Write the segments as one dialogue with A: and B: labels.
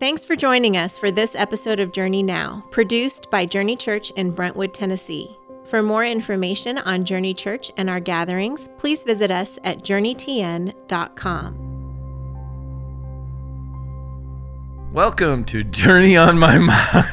A: Thanks for joining us for this episode of Journey Now, produced by Journey Church in Brentwood, Tennessee. For more information on Journey Church and our gatherings, please visit us at journeytn.com.
B: Welcome to Journey on My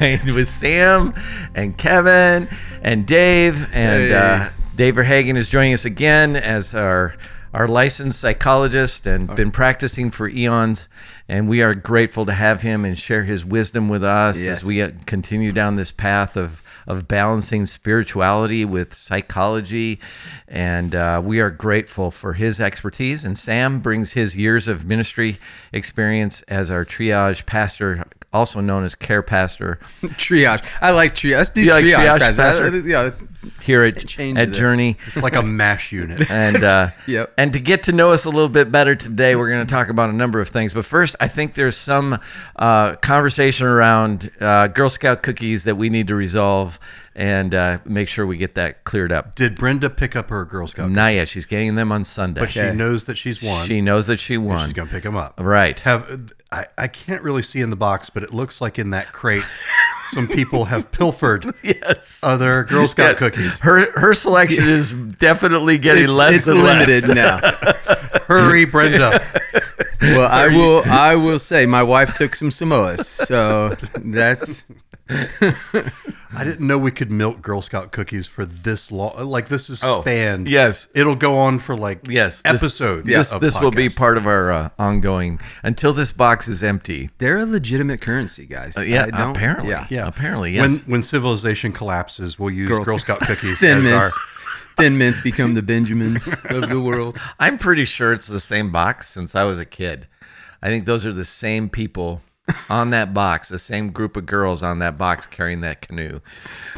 B: Mind with Sam and Kevin and Dave. And
C: Hey.
B: uh, Dave Verhagen is joining us again as our our licensed psychologist and
C: Oh.
B: been practicing for eons. And we are grateful to have him and share his wisdom with us as
C: Yes.
B: we uh, continue down this path of of balancing spirituality with psychology. And uh, we are grateful for his expertise. And Sam brings his years of ministry experience as our triage pastor, also known as care pastor,
C: triage. I like triage. Let's do
B: You like
C: triage,
B: triage,
C: guys.
B: Pastor?
C: I- I- yeah, that's-
B: here at,
C: Change
B: at
C: it.
B: Journey.
D: It's like a mash unit.
B: And uh,
C: Yep.
B: and to get to know us a little bit better today, we're going to talk about a number of things. But first, I think there's some uh, conversation around uh, Girl Scout cookies that we need to resolve and uh, make sure we get that cleared up.
D: Did Brenda pick up her Girl Scout?
B: Not yet. She's getting them on Sunday.
D: But she knows that she's won.
B: She knows that she
D: and
B: won.
D: she's gonna pick them up.
B: Right.
D: Have I, I can't really see in the box, but it looks like in that crate, some people have pilfered
B: yes.
D: other Girl Scout
B: Yes.
D: cookies.
B: Her her selection is definitely getting less
C: it's
B: and less.
C: limited now.
D: Hurry, Brenda!
C: Well, I will. I will say my wife took some Samoas, so that's
D: I didn't know we could milk Girl Scout cookies for this long. Like this is
B: Oh,
D: spanned.
B: yes.
D: it'll go on for like
B: Yes, this-
D: episodes.
B: This,
D: of
B: this will be
D: podcasts.
B: part of our uh, ongoing until this box is empty. Uh,
C: they're a legitimate currency, guys.
B: Yeah,
C: I don't-
B: apparently.
C: Yeah.
B: Yeah,
D: Yeah.
B: apparently. Yes.
D: When when civilization collapses, we'll use
C: Girl
D: Girl, Scout cookies
C: Thin
D: as our.
C: mints. Thin mints become the Benjamins of the world.
B: I'm pretty sure it's the same box since I was a kid. I think those are the same people on that box, the same group of girls on that box carrying that canoe.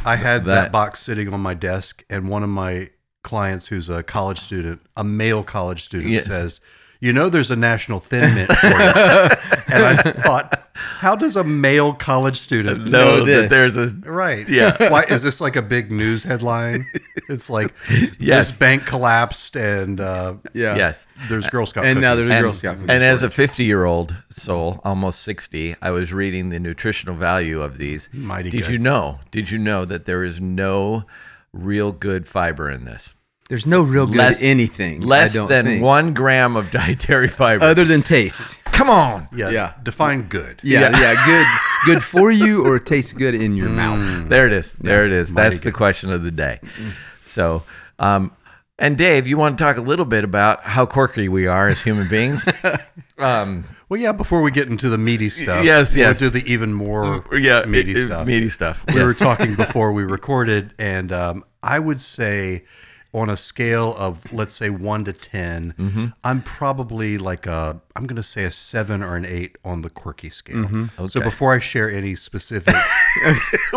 D: I had
B: that-
D: that box sitting on my desk, and one of my clients, who's a college student, a male college student,
B: Yeah.
D: says, "You know, there's a national thin mint shortage." and I thought, how does a male college student
B: No, that
C: Know this.
B: there's a
D: Right.
B: Yeah.
D: Why is this like a big news headline? It's like
B: Yes.
D: this bank collapsed, and uh,
C: Yeah.
B: yes.
D: there's Girl Scout.
C: And now
D: cookies.
C: there's a
B: And,
C: Girl Scout.
B: and as a 50 year old soul, almost 60, I was reading the nutritional value of these.
D: Mighty
B: did
D: good.
B: you know? Did you know that there is no real good fiber in this?
C: there's no real good
B: Less-
C: anything. I
B: Less
C: don't
B: than
C: think. Uh,
B: one gram of dietary fiber.
C: other than taste.
B: Come on.
D: yeah,
C: yeah.
D: define good.
C: Yeah, yeah, good, good for you, or tastes good in
B: Mm.
C: your mouth.
B: There it is. There it is.
D: mighty
B: That's the question of the day. So, um, and Dave, you want to talk a little bit about how quirky we are as human beings?
D: Well, yeah. Before we get into the meaty stuff,
B: Yes, yes.
D: we'll do the even more meaty
B: it- it-
D: stuff.
B: Meaty stuff.
D: we were talking before we recorded, and um, I would say on a scale of let's say one to 10
C: Mm-hmm.
D: i I'm probably like a I'm gonna say a seven or an eight on the quirky scale.
C: Mm-hmm.
D: So
B: Okay.
D: before I share any specifics,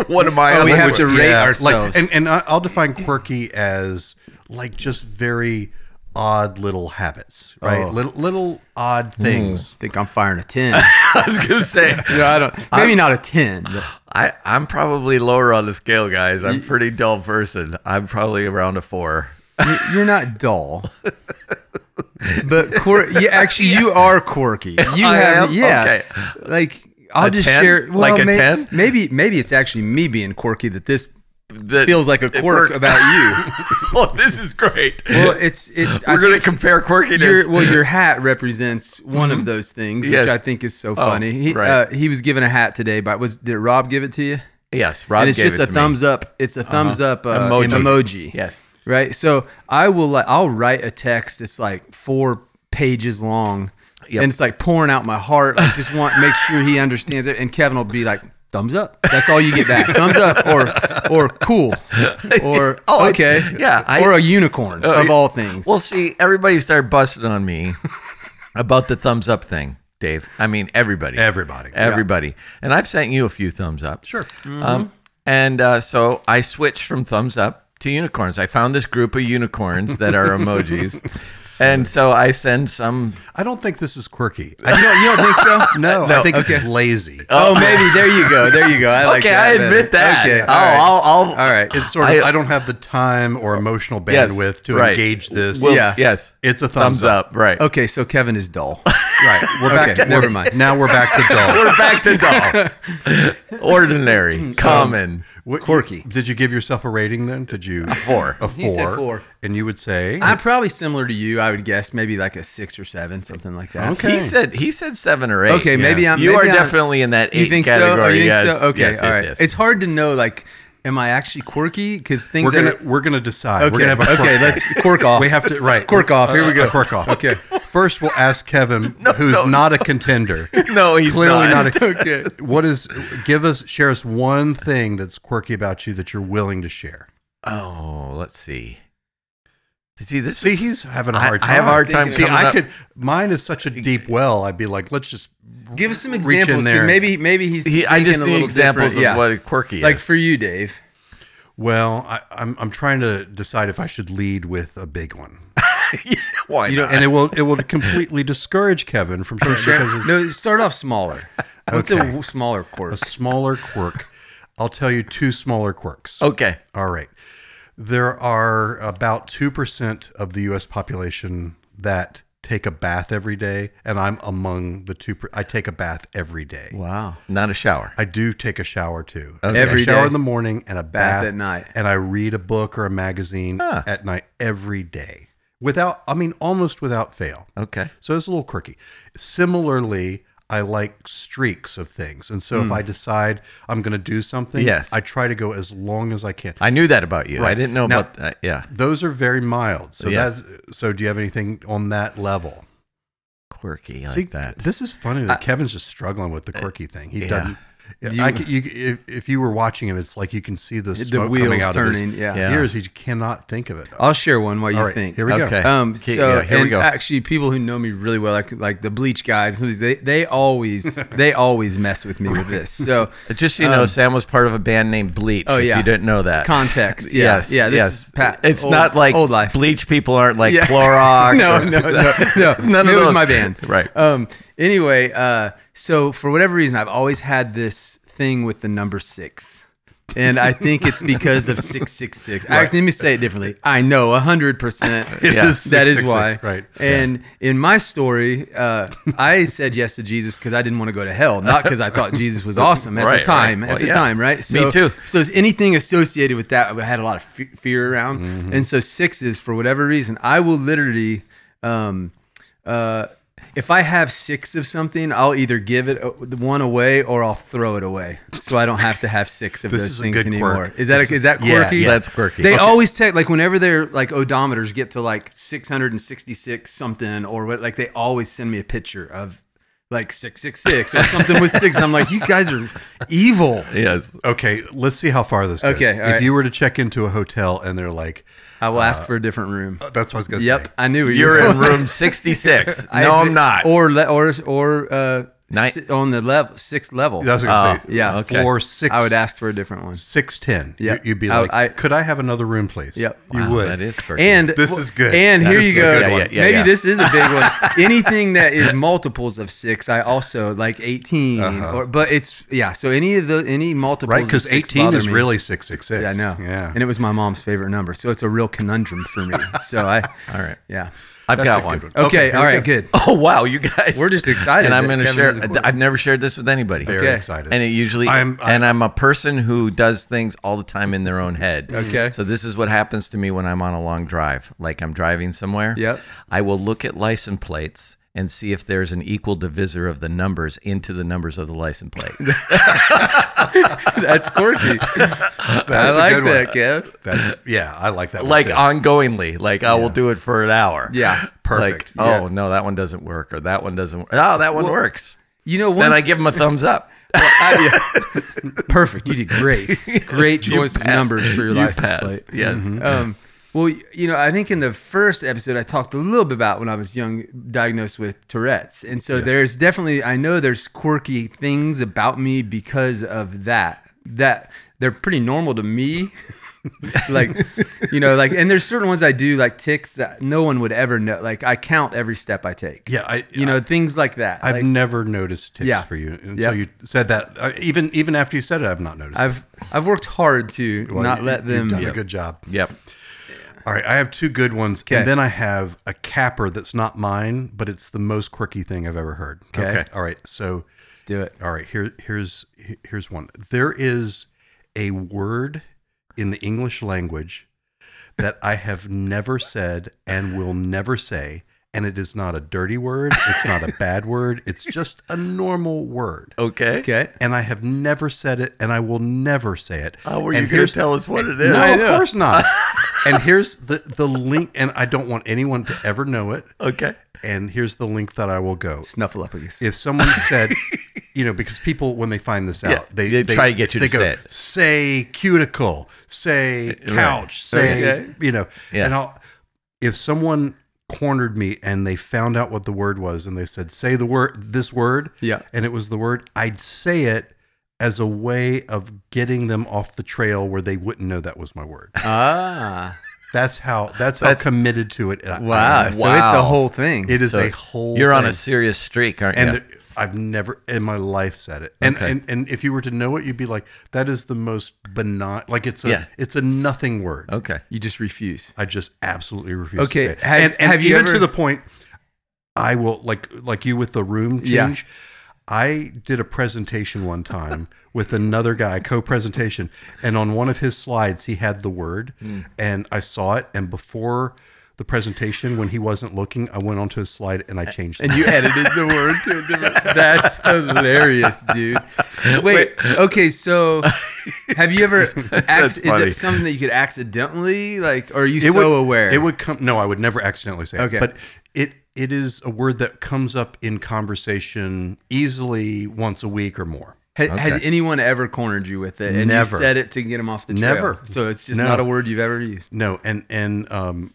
B: One of my
C: Oh, we
B: other-
C: have to rate ourselves.
D: like and, and I- I'll define quirky as like just very odd little habits, right?
C: Oh.
D: Little little odd
C: Mm.
D: things.
C: think I'm firing a ten.
B: I was going to say,
C: yeah, I don't. Maybe not a ten. But
B: I, I'm probably lower on the scale, guys. I'm a pretty dull person. I'm probably around a four.
C: you- you're not dull. But quirk, yeah, actually, you are quirky. You
B: I
C: have,
B: am?
C: yeah. Like I'll
B: A
C: just
B: 10?
C: share.
B: Like a
C: may-
B: 10?
C: Maybe, maybe it's actually me being quirky that this
B: That-
C: feels like a quirk about you.
B: oh, this is great.
C: Well, it's it. I
B: We're going to
C: think
B: compare quirkiness.
C: Your, well, your hat represents one of those things, which
B: Mm-hmm. Yes. Oh,
C: I think is so funny. he,
B: right.
C: uh, he was given a hat today, but was did Rob give it to you?
B: yes, Rob
C: and it's
B: gave
C: just
B: it
C: a
B: to me. Uh-huh.
C: thumbs up. It's a thumbs up uh,
B: Emoji.
C: emoji.
B: Yes.
C: Right. So I will like I'll write a text. It's like four pages long,
B: Yep.
C: and it's like pouring out my heart. I just want make sure he understands it. And Kevin will be like. Thumbs up. That's all you get back. Thumbs up, or or cool, or
B: Oh, I-
C: okay,
B: yeah, I- Oh,
C: or a unicorn of all things.
B: Well, see, everybody started busting on me about the thumbs up thing, Dave. I mean, everybody,
D: Everybody.
B: everybody, and I've sent you a few thumbs up. Sure. Um, and uh, so I switched from thumbs up to unicorns. I found this group of unicorns that are emojis, and so I send some.
D: I don't think this is quirky. I,
C: you, don't, you don't think so?
D: no, I think
C: okay.
D: it's lazy.
C: Oh, maybe there you go. There you go. I like
B: uh, okay,
C: that
B: I admit
C: better.
B: that. Uh,
C: Okay,
B: I'll, I'll, I'll,
C: all right.
D: It's sort of
B: I- uh,
D: I, don't have the time or emotional
B: Yes,
D: bandwidth to
B: right.
D: engage this.
B: Well,
C: Yeah.
B: Yes.
D: It's a
B: thumbs,
D: thumbs
B: up. Right.
C: Okay, so Kevin is dull.
D: Right. We're back.
C: Okay,
D: to,
C: never
D: we're-
C: mind.
D: Now we're back to dull.
B: We're back to dull, ordinary, common,
D: What-
B: quirky.
D: Did you give yourself a rating then? Did you a
B: four.
D: A four.
C: He said four.
D: And you would say
C: I'm probably similar to you. I would guess maybe like a six or seven, something like that.
D: Okay.
B: He said he said seven or eight.
C: Okay, maybe I'm-
B: You are
C: maybe I'm-
B: definitely in that eight
C: You think
B: category.
C: so? Oh, you think
B: yes.
C: so? Okay,
B: Yes, yes,
C: all right.
B: yes.
C: It's hard to know. Like, am I actually quirky? Because things
D: We're gonna
C: that
D: we're gonna decide.
C: are,
D: We're gonna have a quirk
C: okay. Let's quirk off.
D: We have to right
C: Quirk off. Here we go.
D: A quirk off.
C: Okay.
D: First, we'll ask Kevin, who's
B: no.
D: not a contender.
B: no, he's
D: Clearly not. a.
C: okay.
D: What is? Give us. Share us one thing that's quirky about you that you're willing to share.
B: oh, let's see. See this.
D: See,
B: is-
D: he's having a
B: I-
D: hard
B: I
D: time.
B: have a hard time
D: See,
B: coming
D: I
B: up-
D: could. Mine is such a deep well. I'd be like, let's just.
C: Give us some
D: Reach in
C: examples. 'cause
D: there.
C: Maybe maybe he's.
B: he, I
C: thinking
B: just
C: a
B: need
C: little
B: examples
C: different.
B: of
C: yeah.
B: what quirky
C: Like
B: is.
C: for you, Dave.
D: Well, I, I'm I'm trying to decide if I should lead with a big one,
B: Why
D: you know,
B: not?
D: and it will it will completely discourage Kevin from sharing because it's
C: No, start off smaller. What's a
D: Okay.
C: w- smaller quirk?
D: a smaller quirk. I'll tell you two smaller quirks.
B: okay.
D: All right. There are about 2% of the US population that take a bath every day, and I'm among the 2 per- I take a bath every day.
C: Wow.
B: Not a shower.
D: I do take a shower too.
B: Okay.
D: I
C: Every
D: shower
C: day.
D: in the morning and a bath,
C: Bath at night.
D: And I read a book or a magazine
B: Huh.
D: at night every day. Without I mean almost without fail.
B: Okay.
D: So it's a little quirky. Similarly, I like streaks of things. And
C: Hmm.
D: so if I decide I'm going to do something,
B: Yes.
D: I try to go as long as I can.
B: I knew that about you. I
D: Right.
B: didn't know
D: Now-
B: about that. Yeah.
D: Those are very mild. So
B: Yes.
D: that's so do you have anything on that level?
B: Quirky like
D: See,
B: that.
D: This is funny that Kevin's just struggling with the quirky thing. He
B: yeah.
D: doesn't
C: Uh, You-
D: I c you, if, if you were watching him, it's like you can see the
C: The
D: smoke coming
C: wheels
D: out of
C: turning,
D: his
C: yeah. Uh,
B: Yeah.
D: ears. He cannot think of it.
C: I'll share one while you
D: All right,
C: think.
D: here we go.
B: Okay.
C: Um, so,
B: Okay, yeah, here we
C: and
B: go.
C: actually, people who know me really well, like like the bleach guys, they they always they always mess with me with this. So
B: Just so you know, Sam was part of a band named Bleach.
C: um, Oh,
B: if
C: yeah.
B: you didn't know that.
C: context, yeah,
B: yes.
C: yeah, this
B: yes.
C: is Pat,
B: it's
C: old-
B: not like
C: old life.
B: Bleach people aren't like
C: Yeah.
B: Clorox.
C: no,
B: or-
C: no, no, no,
B: None of
C: it
B: those.
C: was my band,
B: Right.
C: Um, anyway, uh, so for whatever reason, I've always had this thing with the number six. And I think it's because of six six six. Actually, let me say it differently. I know hundred percent.
B: Yeah.
C: That is
D: 666,
C: why.
D: right.
C: And in my story, uh, I said yes to Jesus because I didn't want to go to hell, not because I thought Jesus was awesome at
B: Right, right.
C: the time.
B: Well,
C: at the
B: yeah.
C: time, right?
B: Me
C: So,
B: too.
C: So it's anything associated with that, I had a lot of fe- fear around.
B: Mm-hmm.
C: And so sixes, for whatever reason, I will literally, um, uh, if I have six of something, I'll either give it uh, the one away or I'll throw it away, so I don't have to have six of
D: This
C: those
D: is a
C: things
D: good quirk.
C: anymore. Is that is that
B: Yeah,
C: quirky?
B: yeah, that's quirky.
C: They
B: Okay.
C: always take like whenever their like odometers get to like 666 something or what, like they always send me a picture of like 666 or something with six. I'm like, you guys are evil.
B: Yes.
D: Okay, let's see how far this goes.
C: Okay, all
D: if
C: right.
D: you were to check into a hotel and they're like,
C: I will
D: Uh,
C: ask for a different room.
D: that's what I was going to
C: Yep,
D: say.
C: I knew where you
B: You're
C: were
B: in room 66.
C: I-
B: no, I'm not.
C: Or le- or or uh,
B: Night-
C: si- on the level sixth level.
D: That's what I was going to say.
C: Uh, yeah.
B: okay.
D: Four, six.
C: I would ask for a different one.
D: Six, ten.
C: Yeah.
D: You, would be
C: I-
D: like,
C: I-
D: could I have another room, please?
C: Yep.
D: You
B: Wow,
D: would.
B: That is quirky.
C: And
D: This
C: well,
D: is good.
C: And
D: That
C: here
D: is
C: you
D: a
C: go.
D: good
B: one. Yeah, yeah,
C: Maybe
B: yeah.
C: this is a big one. Anything that is multiples of six, I also like 18 Or but it's yeah. So any of the any multiples,
D: Uh-huh. right?
C: of
D: Because
C: six
D: 18
C: bother
D: is
C: me.
D: really 666.
C: Yeah, I know.
D: Yeah.
C: and it was my mom's favorite number, so it's a real conundrum for me. So I,
B: All right.
C: yeah,
B: I've
D: That's a
B: got
D: good
B: one.
D: one. Okay,
C: okay,
D: here
C: all
D: we
C: right,
D: go.
C: good.
B: Oh, wow. You guys.
C: We're just excited.
B: And I'm
C: that
B: going to
C: Kevin
B: share.
C: is a quarterback.
B: I've never shared this with anybody.
D: Very
C: okay.
D: excited.
B: And it usually,
D: I'm- I-
B: and I'm a person who does things all the time in their own head.
C: Mm-hmm. Okay.
B: So this is what happens to me when I'm on a long drive. Like I'm driving somewhere.
C: Yep.
B: I will look at license plates and see if there's an equal divisor of the numbers into the numbers of the license plate.
C: That's quirky. I
D: a
C: like
D: good one.
C: that, Kev.
D: That's, yeah, I like that one,
B: like
D: too.
C: uh,
B: ongoingly. Like I will do it for an hour.
C: Yeah.
B: Perfect.
D: Perfect.
B: Like,
D: Yeah.
B: oh no, that one doesn't work, or that one doesn't. work. Oh, that one works.
C: You know, one
B: Then I give them a thumbs up.
C: perfect. You did great. Great choice of
B: Pass.
C: numbers for your
B: You
C: license
B: pass.
C: plate.
B: Yes.
C: Um, well, you know, I think in the first episode I talked a little bit about when I was young, diagnosed with Tourette's, and so there's definitely I know there's quirky things about me because of that. That they're pretty normal to me. like you know like and there's certain ones i do like ticks that no one would ever know like i count every step i take
D: Yeah, I-
C: you know things like that
D: I've
C: Like,
D: never noticed ticks
C: Yeah.
D: for you
C: Yep.
D: until you said that. Uh, even even after you said it, I've not noticed.
C: I've I've worked hard to
D: Well,
C: not
D: you-
C: let
D: You've
C: them.
D: done
C: Yeah.
D: a good job.
B: Yep.
D: All right, I have two good ones,
C: Okay.
D: and then I have a capper that's not mine, but it's the most quirky thing I've ever heard.
C: Okay.
D: All right, so
C: Let's do it.
D: all right, here here's here's one. There is a word in the English language that I have never said and will never say, and it is not a dirty word. It's not a bad word. It's just a normal word.
B: Okay.
C: Okay.
D: And I have never said it, and I will never say it.
B: Oh, were
D: And
B: you going
D: here's-
B: to tell us what it is?
D: no,
C: I
D: of
C: know.
D: course not. and here's the the link, and I don't want anyone to ever know it.
B: Okay.
D: And here's the link that I will go.
C: Snuffleupagus.
D: If someone said, you know, because people when they find this out,
B: Yeah,
D: they,
B: they try to get you
D: they
B: to
D: go,
B: say it.
D: Say cuticle, say couch, say
C: Okay.
D: you know.
B: Yeah.
D: And I'll, if someone cornered me and they found out what the word was and they said, say the word this word,
C: Yeah.
D: and it was the word, I'd say it as a way of getting them off the trail where they wouldn't know that was my word.
C: Ah.
D: That's how. That's how
B: That's-
D: committed to it. I-
C: Wow.
D: I am.
C: So it's a
B: Wow.
C: whole thing.
D: Uh, it is
B: So
D: a whole.
B: You're on a
D: thing.
B: serious streak, aren't
D: And
B: you?
D: there- I've never in my life said it. And,
B: Okay.
D: and and if you were to know it, you'd be like, that is the most benign. Like it's a
B: Yeah.
D: it's a nothing word.
B: okay.
C: you just refuse.
D: I just absolutely refuse
C: Okay,
D: to say. It.
C: have-
D: and and
C: have you
D: even
C: ever-
D: to the point, I will like like you with the room
C: Yeah.
D: change. I did a presentation one time with another guy, co-presentation, and on one of his slides he had the word,
C: Hmm.
D: and I saw it, and before the presentation, when he wasn't looking, I went onto his slide and I changed.
C: And
D: it.
C: you edited the word to a different. That's hilarious, dude. Wait. Okay. So, have you ever? Acc- is
D: funny.
C: it something that you could accidentally like? Or are you
D: it
C: so
D: would,
C: aware?
D: It would come. No, I would never accidentally say
C: Okay.
D: it. But it it is a word that comes up in conversation easily once a week or more.
C: Ha- Has
B: Okay.
C: anyone ever cornered you with it? And
D: Never.
C: you said it to get him off the trail.
D: Never.
C: So it's just
D: No.
C: not a word you've ever used.
D: No, and and um,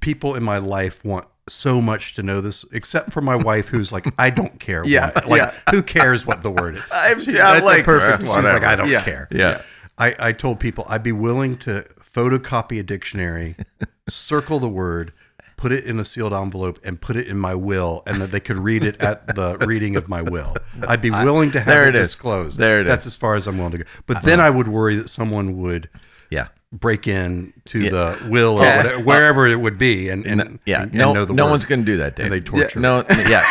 D: people in my life want so much to know this, except for my wife, who's like, I don't care. what-
C: Yeah,
D: like
C: yeah.
D: who cares what the word is?
B: I'm, I'm
C: that's a
B: like,
C: perfect
B: "Eh,
D: She's
B: whatever."
D: like, I don't
C: Yeah.
D: care.
B: Yeah.
D: I, I told people I'd be willing to photocopy a dictionary, circle the word, put it in a sealed envelope, and put it in my will, and that they could read it at the reading of my will. I'd be willing to have
B: there
D: it,
B: it is. Uh-huh.
D: disclosed.
B: There it
D: That's as far as I'm willing to go. But then I would worry that someone would
B: Yeah.
D: break in to the will or
C: Yeah.
D: whatever, wherever it would be, and, and
B: Uh, Yeah.
D: and
B: no
D: know the
B: no
D: word.
B: one's going to do that, Dave.
D: And they torture.
B: No. Yeah.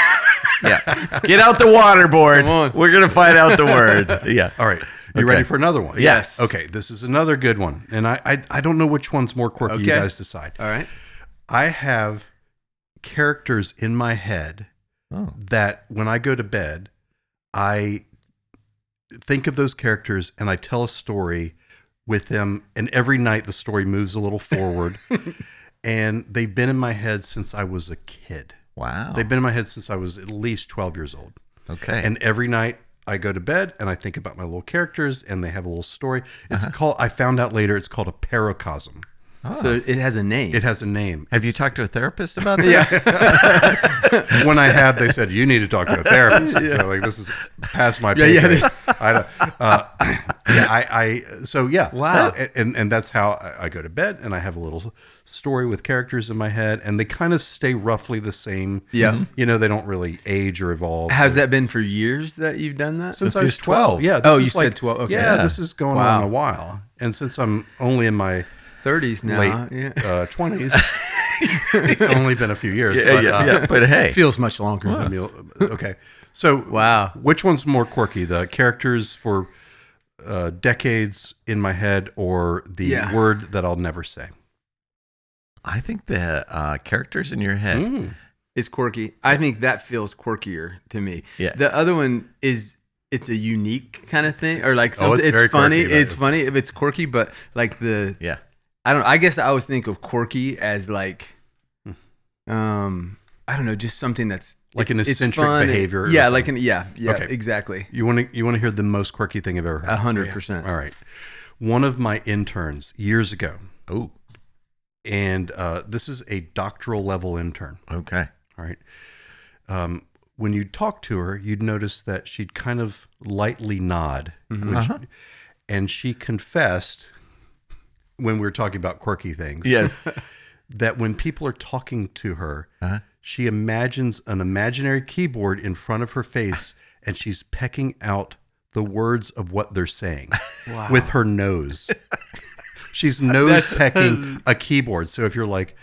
B: yeah. Get out the waterboard.
C: Come on.
B: We're going to find out the word. Yeah.
D: All right. You
B: Okay.
D: ready for another one?
B: Yes.
D: Okay. This is another good one. And I I, I don't know which one's more quirky. You
C: Okay.
D: guys decide.
C: All right.
D: I have characters in my head
B: Oh.
D: that when I go to bed, I think of those characters and I tell a story with them. And every night the story moves a little forward. and they've been in my head since I was a kid.
B: Wow.
D: They've been in my head since I was at least 12 years old.
B: okay.
D: And every night I go to bed and I think about my little characters and they have a little story. It's called, I found out later, it's called a paracosm.
C: So it has a name.
D: It has a name.
B: have you talked to a therapist about that?
D: when I have, they said you need to talk to a therapist. So, like this is past my pay
C: yeah,
D: grade.
C: they-
D: I, don't- uh, yeah, I, I, so yeah,
C: Wow.
D: Uh, and and that's how I- I go to bed, and I have a little story with characters in my head, and they kind of stay roughly the same.
C: Yeah.
D: you know, they don't really age or evolve.
C: Has that been for years that you've done that?
D: since,
B: Since
D: I
B: he
D: was
B: was 12.
D: twelve? Yeah.
C: Oh,
D: is
C: you said 12. Okay.
D: Yeah,
B: Yeah.
D: this is going
C: Wow.
D: on a while, and since I'm only in my
C: 30s now.
D: late
C: Yeah.
D: twenties. it's only been a few years.
B: yeah,
D: but,
B: yeah,
D: uh,
B: yeah. But hey,
C: Feels much longer.
D: I mean, okay. So
C: Wow.
D: which one's more quirky? The characters for uh, decades in my head, or the
C: Yeah.
D: word that I'll never say?
B: I think the uh, characters in your
C: Eh.
D: Hmm?
B: head.
C: It's quirky. I think that feels quirkier to me.
B: Yeah.
C: The other one is it's a unique kind of thing, or like
D: Oh,
C: something.
D: it's
C: it's
D: very
C: funny.
D: quirky, right.
C: it's funny if it's quirky, but like the
B: Yeah.
C: I don't. I guess I always think of quirky as like, um, I don't know, just something that's
D: Hmm. Like
C: it's-
D: an
C: it's
D: eccentric
C: fun.
D: behavior or
C: Yeah,
D: something.
C: like an yeah, yeah,
D: Okay.
C: exactly,
D: You want to you want to hear the most quirky thing I've ever
C: a
D: heard?
C: hundred percent.
D: All right. One of my interns years ago,
B: Oh.
D: and uh, this is a doctoral level intern.
B: Okay.
D: All right. Um, when you talk to her, you'd notice that she'd kind of lightly nod,
C: Mm-hmm.
D: which-
C: Uh-huh.
D: and she confessed when we were talking about quirky things.
B: Yes.
D: that when people are talking to her, she imagines an imaginary keyboard in front of her face, and she's pecking out the words of what they're saying with her nose. she's nose pecking a keyboard. So if you're like,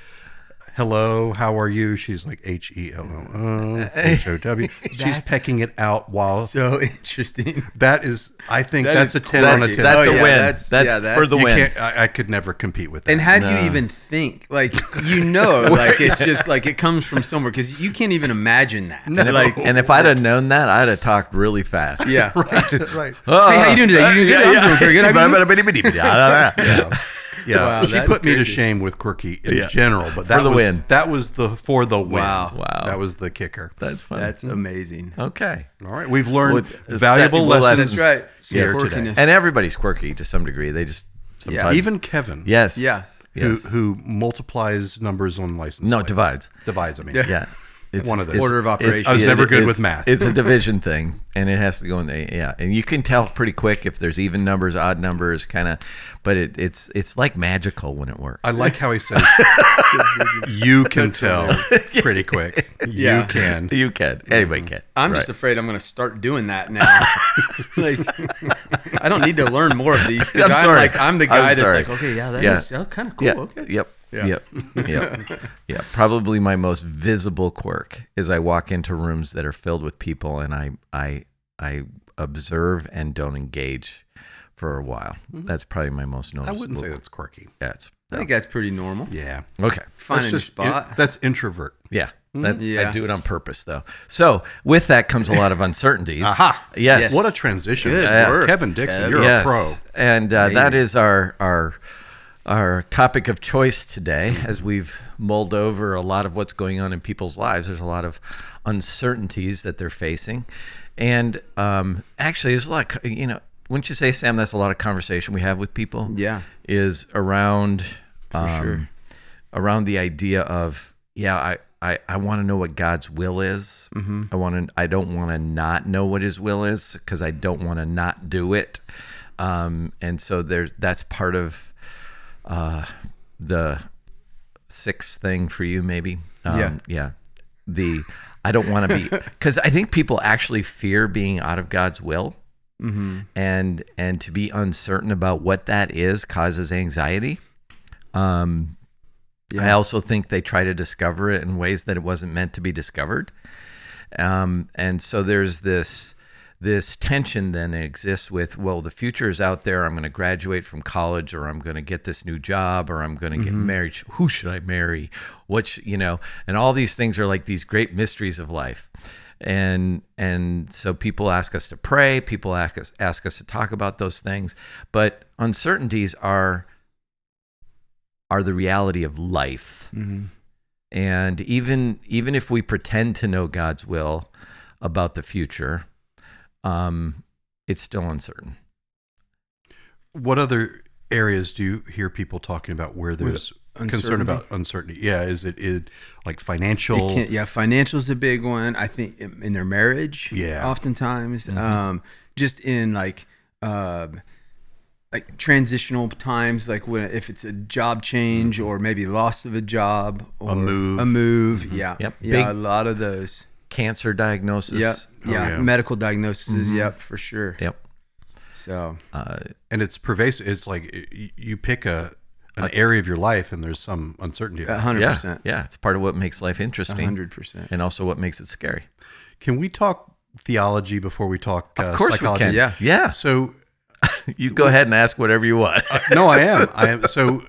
D: "Hello, how are you?" She's like H E L O O H O W. She's
C: That's-
D: pecking it out while
C: So interesting.
D: that is. I think
C: That
D: that's
C: is
D: a ten on a
B: That's,
D: ten.
B: that's
C: Oh,
B: a
C: yeah,
B: win. That's,
C: that's- yeah,
B: for
C: that's-
B: the
D: you
B: win.
D: can't. I, I could never compete with that.
C: And how do you even think? Like you know, like it's just like it comes from somewhere because you can't even imagine that.
B: And if,
C: Like,
B: and if I'd have known that, I'd have talked really fast.
C: yeah.
D: right, right.
C: Hey, how you doing today? You doing good? I'm doing pretty good. How you doing?
B: yeah.
D: Yeah. Yeah,
C: Wow,
D: she
C: that
D: put
C: is
D: me to
C: crazy.
D: shame with quirky in
B: Yeah.
D: general, but that
B: the
D: was
B: win.
D: that was the for the win.
C: Wow.
B: Wow.
D: that was the kicker.
B: That's funny.
C: That's amazing.
B: okay.
D: All right, we've learned
B: With-
D: valuable
B: valuable lessons.
D: lessons.
C: That's right.
D: Here
C: Some
D: today.
C: quirkiness.
B: And everybody's quirky to some degree. They just sometimes
D: Even Kevin,
B: yes.
C: Yeah.
D: who
B: Yes.
D: who multiplies numbers on license.
B: no
D: plates.
B: divides.
D: divides. I mean,
B: Yeah. It's
D: One of those.
B: it's-
C: Order of
B: it's-
C: operations. I
D: was never
B: it-
D: good
B: it's-
D: with math.
B: It's a division thing, and it has to go in the yeah. And you can tell pretty quick if there's even numbers, odd numbers, kind of. But it, it's it's like magical when it works.
D: I like how he says, "You can tell pretty quick.
C: Yeah.
D: You can."
B: you can anybody can.
C: Mm-hmm. I'm
B: Right.
C: just afraid I'm going to start doing that now. like, I don't need to learn more of these. 'cause
B: I'm
C: I'm,
B: sorry.
C: like, I'm the
B: I'm
C: guy that's
B: sorry.
C: like, okay, yeah, that
B: Yeah.
C: is kind of cool.
B: Yeah.
C: Okay.
B: Yep. Yep. Yep. yeah. Probably my most visible quirk is I walk into rooms that are filled with people and I I I observe and don't engage for a while.
C: Mm-hmm.
B: That's probably my most
D: I
B: noticeable.
D: wouldn't say that's quirky.
B: that's
C: I
B: no.
C: think that's pretty normal.
D: Yeah,
B: okay.
D: that's
C: Finding a spot.
D: that's introvert.
B: Yeah. That's I
C: Mm-hmm. Yeah.
B: do it on purpose though. So with that comes a lot of uncertainties.
D: Aha!
B: Yes.
D: What a transition.
C: Good
D: Yes.
C: work,
D: Kevin Dixon,
C: Kev.
D: you're
B: yes.
D: a pro.
B: And uh, that is our our our topic of choice today
D: Mm-hmm.
B: as we've mulled over a lot of what's going on in people's lives. There's a lot of uncertainties that they're facing. And um, actually there's a lot of co- you know, wouldn't you say, Sam, that's a lot of conversation we have with people?
C: Yeah.
B: Is around um, around the idea of, yeah, I I, I want to know what God's will is. I want to. I don't want to not know what His will is because I don't want to not do it. Um, and so there's that's part of uh, the sixth thing for you, maybe. Um,
C: Yeah.
B: Yeah. The I don't want to be because I think people actually fear being out of God's will, and and to be uncertain about what that is causes anxiety. Um, I also think they try to discover it in ways that it wasn't meant to be discovered. Um, and so there's this this tension then that exists with well the future is out there i'm going to graduate from college or i'm going to get this new job or i'm going to get married who should i marry what sh- you know and all these things are like these great mysteries of life and and so people ask us to pray people ask us ask us to talk about those things but uncertainties are are the reality of life
C: Mm-hmm.
B: and even even if we pretend to know God's will about the future, um, it's still uncertain.
D: What other areas do you hear people talking about where there's concern
C: uncertainty?
D: about uncertainty? Yeah, is it is like
C: You
D: financial?
C: can't, yeah, financial's a big one. I think in, in their marriage,
D: Yeah.
C: oftentimes, um, just in like, uh, like transitional times, like when if it's a job change or maybe loss of a job or
D: move.
C: a move, yeah,
B: Yep.
C: yeah,
B: Big-
C: a lot of those,
B: Cancer diagnosis.
C: yep, yeah,
D: yeah.
C: medical diagnoses, yep, for sure.
B: Yep.
C: So
B: Uh,
D: And it's pervasive. It's like y- you pick a an area of your life and there's some uncertainty.
C: a hundred
B: yeah.
C: percent,
B: Yeah. It's part of what makes life interesting,
C: a hundred percent.
B: and also what makes it scary.
D: Can we talk theology before we talk uh,
B: Of course,
D: psychology?
B: we can.
C: Yeah.
B: Yeah.
D: So uh,
B: You go ahead and ask whatever you want.
D: no, I am. I am. So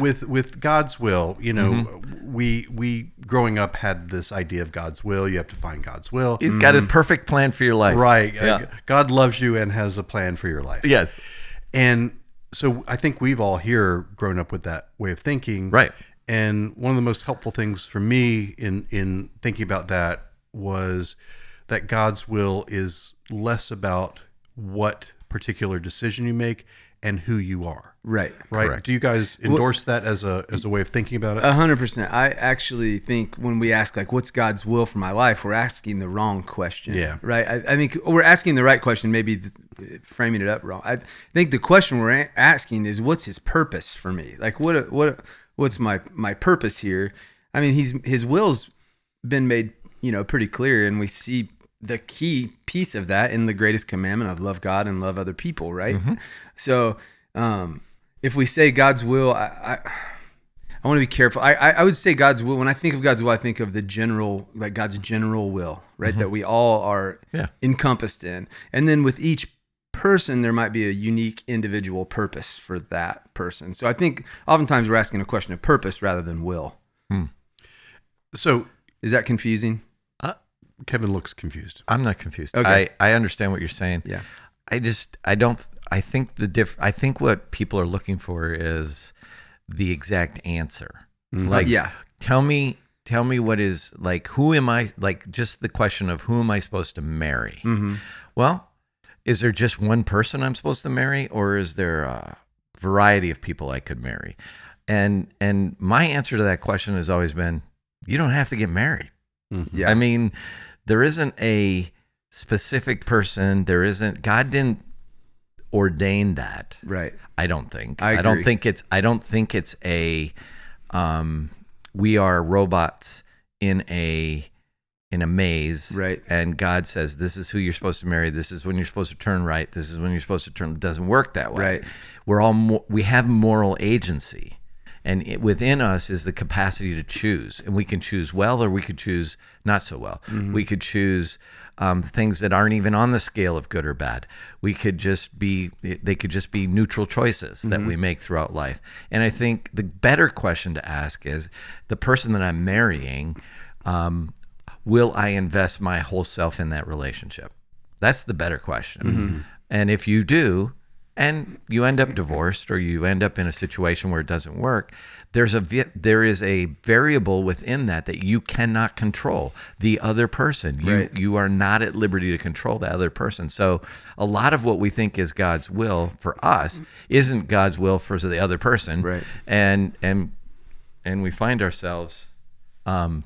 D: with with God's will, you know,
B: Mm-hmm.
D: we we growing up had this idea of God's will. You have to find God's will.
B: He's got
C: Mm.
B: a perfect plan for your life.
D: Right.
B: Yeah.
D: God loves you and has a plan for your life.
B: Yes.
D: And so I think we've all here grown up with that way of thinking.
B: Right.
D: And one of the most helpful things for me in in thinking about that was that God's will is less about what particular decision you make and who you are.
C: Right.
D: Right?
B: Correct. Uh,
D: Do you guys endorse that as a as a way of thinking about it?
C: A hundred percent. I actually think when we ask like, "What's God's will for my life?" we're asking the wrong question.
D: Yeah.
C: Right. I, I think we're asking the right question, maybe th- framing it up wrong. I think the question we're a- asking is, "What's His purpose for me? Like, what what what's my my purpose here?" I mean, He's His will's been made, you know, pretty clear, and we see the key piece of that in the greatest commandment of love God and love other people, right? So, um, if we say God's will, I, I, I want to be careful. I, I, I would say God's will. When I think of God's will, I think of the general, like God's general will, right?
D: Mm-hmm.
C: That we all are
B: Yeah.
C: encompassed in. And then with each person, there might be a unique individual purpose for that person. So I think oftentimes we're asking a question of purpose rather than will.
D: So
C: Is that confusing?
D: Kevin looks confused.
B: I'm not confused.
C: Okay.
B: I, I understand what you're saying.
C: Yeah.
B: I just I don't I think the diff I think what people are looking for is the exact answer.
D: Mm-hmm.
B: Like
C: Yeah.
B: tell me tell me what is like who am I like just the question of who am I supposed to marry?
C: Mm-hmm.
B: Well, is there just one person I'm supposed to marry or is there a variety of people I could marry? And and my answer to that question has always been you don't have to get married.
D: Mm-hmm.
C: Yeah.
B: I mean, there isn't a specific person. There isn't God didn't ordain that.
C: right.
B: I don't think.
C: I
B: don't
C: agree.
B: think it's. I don't think it's a. Um, we are robots in a in a maze,
C: Right.
B: And God says, "This is who you're supposed to marry. This is when you're supposed to turn right. This is when you're supposed to turn." It doesn't work that way.
C: Right.
B: We're all mo- we have moral agency, and it, within us is the capacity to choose, and we can choose well or we could choose not so well. We could choose. Um, things that aren't even on the scale of good or bad. We could just be, they could just be neutral choices that we make throughout life. And I think the better question to ask is the person that I'm marrying, um, will I invest my whole self in that relationship? That's the better question.
C: Mm-hmm.
B: And if you do, and you end up divorced or you end up in a situation where it doesn't work, there's a vi- there is a variable within that that you cannot control. The other person, you
C: Right.
B: you are not at liberty to control the other person. So a lot of what we think is God's will for us isn't God's will for the other person.
C: Right.
B: And and and we find ourselves um,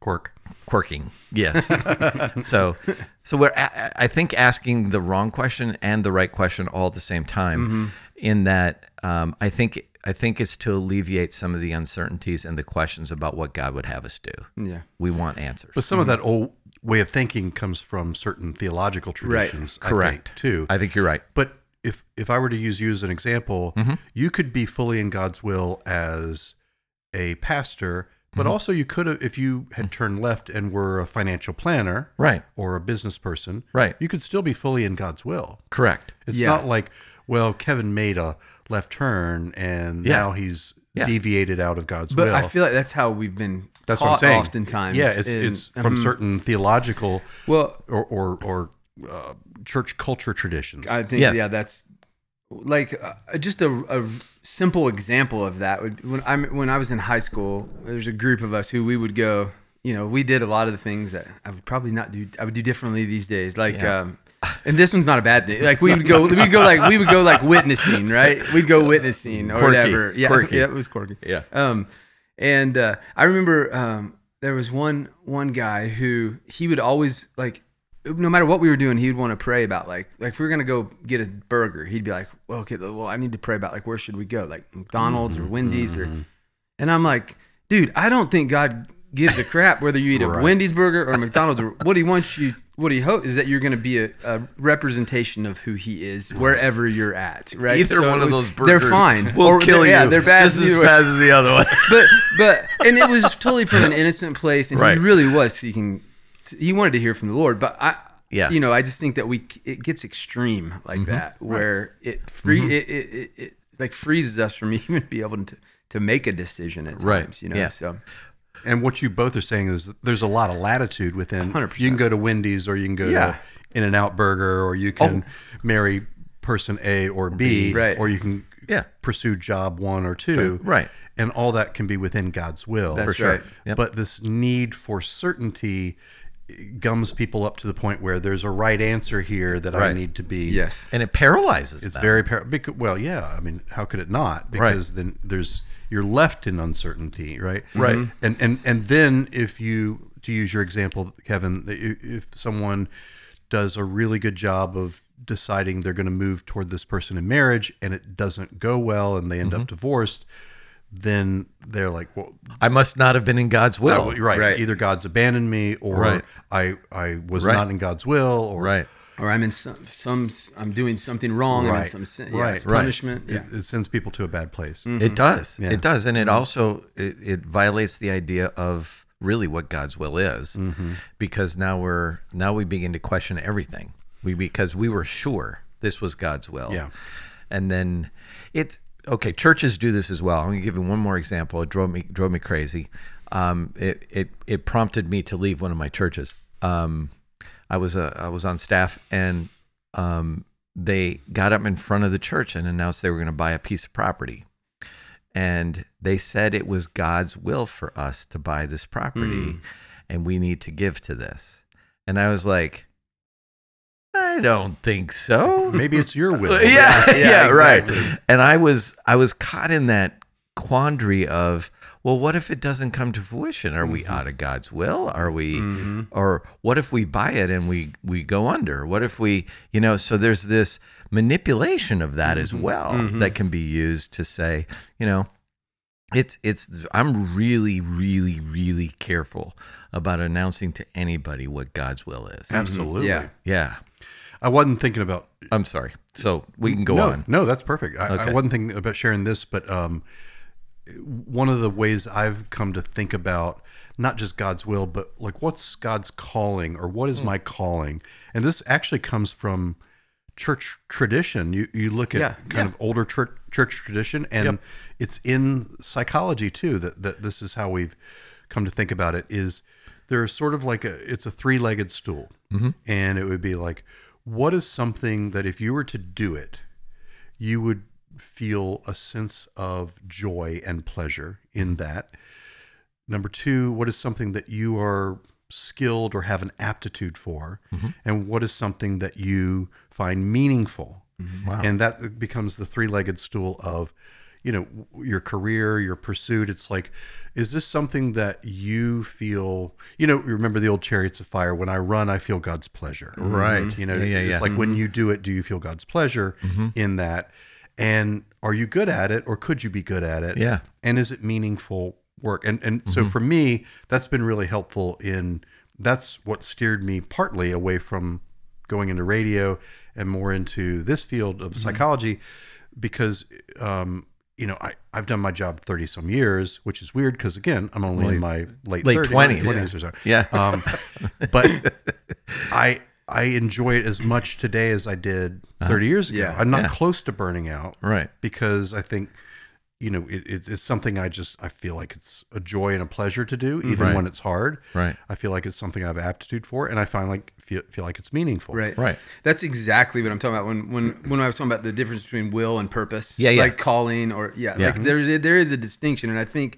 D: Quirk.
B: quirking. Yes. so, so we're a- I think asking the wrong question and the right question all at the same time. In that, um, I think I think it's to alleviate some of the uncertainties and the questions about what God would have us do.
C: Yeah.
B: We want answers.
D: But some of that old way of thinking comes from certain theological traditions, I think, too.
B: I think you're right.
D: But if if I were to use you as an example,
C: Mm-hmm.
D: you could be fully in God's will as a pastor, but
C: Mm-hmm.
D: also you could have if you
C: Mm.
D: had turned left and were a financial planner
B: Right.
D: or a business person,
B: Right.
D: You could still be fully in God's will.
B: Correct.
D: It's
C: Yeah.
D: not like, well, Kevin made a left turn and
B: Yeah.
D: now he's
B: Yeah.
D: deviated out of God's
C: But
D: will.
C: I feel like that's how we've been
D: that's
C: taught
D: what I'm saying.
C: oftentimes.
D: yeah, it's
C: in-
D: it's from
C: Mhm.
D: certain theological
C: Well,
D: or or, or uh, church culture traditions.
C: I think
B: Yes.
C: yeah, that's like uh, just a, a simple example of that. Would, when I am when I was in high school, there's a group of us who we would go. You know, we did a lot of the things that I would probably not do. I would do differently these days. Like, um, and this one's not a bad thing. Like we would go, we would go like we would go like witnessing, right? We'd go witnessing or
B: Quirky,
C: whatever. Yeah,
B: quirky.
C: yeah, it was quirky.
B: Yeah.
C: Um, and uh, I remember um, there was one one guy who he would always like, no matter what we were doing, he'd want to pray about like like if we were gonna go get a burger, he'd be like, well, okay, well, I need to pray about like where should we go, like McDonald's
B: Mm-hmm.
C: or Wendy's or, and I'm like, dude, I don't think God gives a crap whether you eat a
D: Right.
C: Wendy's burger or a McDonald's or what he wants you. What he hopes is that you're going to be a, a representation of who he is wherever you're at, right?
B: Either
C: So
B: one
C: it
B: of
C: was-
B: those burgers
C: they're fine.
B: will
C: Or
B: kill
C: they're-
B: you.
C: Yeah, they're bad.
B: just as
C: either way
B: fast as the other one.
C: but but and it was totally from an innocent place, and
B: Right.
C: he really was seeking. He wanted to hear from the Lord, but I,
B: Yeah. Mm-hmm.
C: you know, I just think that we it gets extreme like that, where it free it, it, it it like freezes us from even be able to to make a decision at times,
B: Right.
C: you know.
B: Yeah.
C: So
D: And what you both are saying is that there's a lot of latitude within.
C: 100%.
D: You can go to Wendy's or you can go
C: Yeah.
D: to In and Out Burger or you can marry person A or B,
C: Right.
D: or you can
B: Yeah.
D: pursue job one or two.
B: Right.
D: And all that can be within God's will.
C: That's For sure. right.
B: Yep.
D: But this need for certainty gums people up to the point where there's a right answer here that I
B: Right.
D: need to be.
C: yes,
B: And it paralyzes.
D: It's
B: them.
D: very par- because, well, yeah. I mean, how could it not? Because then there's you're left in uncertainty, right? Mm-hmm.
B: Right. Mhm.
D: And and and then if you to use your example, Kevin, that i- if someone does a really good job of deciding they're going to move toward this person in marriage and it doesn't go well and they end
B: Mm-hmm.
D: up divorced, then they're like, well,
B: I must not have been in God's
D: I-
B: will.
D: right,
C: right.
D: Either God's abandoned me, or
B: Right.
D: I I was
B: Right.
D: not in God's will, or
B: Right.
C: or I'm in some, some I'm doing something wrong. I'm in
D: Right.
C: some sin. Yeah,
D: Right,
C: it's
D: right.
C: punishment. Yeah.
D: It, it sends people to a bad place.
B: It does.
D: Mm-hmm. Yeah. Mm-hmm.
B: It does, and it also it, it violates the idea of really what God's will is,
D: Mm-hmm.
B: because now we're now we begin to question everything. We because we were sure this was God's will.
D: Yeah.
B: and then it's okay. Churches do this as well. I'm gonna give you one more example. It drove me drove me crazy. Um, it it it prompted me to leave one of my churches. Um, I was a I was on staff and um, they got up in front of the church and announced they were going to buy a piece of property and they said it was God's will for us to buy this property and we need to give to this. And I was like, I don't think so.
D: Maybe it's your will.
B: yeah, yeah,
C: yeah,
B: right. And I was I was caught in that quandary of, well, what if it doesn't come to fruition? Are we out of God's will? Are we
C: Mm-hmm.
B: or what if we buy it and we we go under? What if we, you know, so there's this manipulation of that
D: Mm-hmm.
B: as well that can be used to say, you know, it's it's I'm really really really careful about announcing to anybody what God's will is.
D: Absolutely.
C: Yeah.
B: Yeah.
D: I wasn't thinking about
B: I'm sorry. So we can go
D: no,
B: on.
D: No, that's perfect. I,
B: Okay.
D: I wasn't thinking about sharing this, but um, one of the ways I've come to think about not just God's will, but like what's God's calling or what is
B: Hmm.
D: my calling? And this actually comes from church tradition. You you look at
C: Yeah,
D: kind of older church church tradition, and it's in psychology too that that this is how we've come to think about it. Is there's sort of like a it's a three legged stool,
C: Mm-hmm.
D: and it would be like what is something that if you were to do it you would feel a sense of joy and pleasure in that. Number two, what is something that you are skilled or have an aptitude for?
B: Mm-hmm.
D: And what is something that you find meaningful?
B: Uh-huh.
D: And that becomes the three legged stool of, you know, w- your career, your pursuit. It's like, is this something that you feel, you know, you remember the old Chariots of Fire? When I run, I feel God's pleasure.
B: Mm-hmm. Right.
D: You know,
B: Yeah, yeah,
D: it's
B: yeah. Mm-hmm.
D: like when you do it, do you feel God's pleasure in that? And are you good at it or could you be good at it?
B: Yeah.
D: And is it meaningful work? And and so for me, that's been really helpful in that's what steered me partly away from going into radio and more into this field of psychology because um you know, I, I've done my job 30 some years, which is weird because, again, I'm only in my late,
B: late
D: 30s,
B: 20s.
D: 20s or so.
B: Yeah.
D: Um, but I I enjoy it as much today as I did 30 years ago.
C: Yeah.
D: I'm not
B: Yeah.
D: close to burning out
B: right.
D: because I think you know it, it, it's something I just I feel like it's a joy and a pleasure to do,
C: Mm,
D: even
B: Right.
D: when it's hard.
B: Right.
D: I feel like it's something I have aptitude for, and I find like feel feel like it's meaningful.
C: Right.
B: Right.
C: That's exactly what I'm talking about. When when when I was talking about the difference between will and purpose.
B: Yeah, yeah.
C: Like calling or yeah.
B: Yeah.
C: Like there there is a distinction, and I think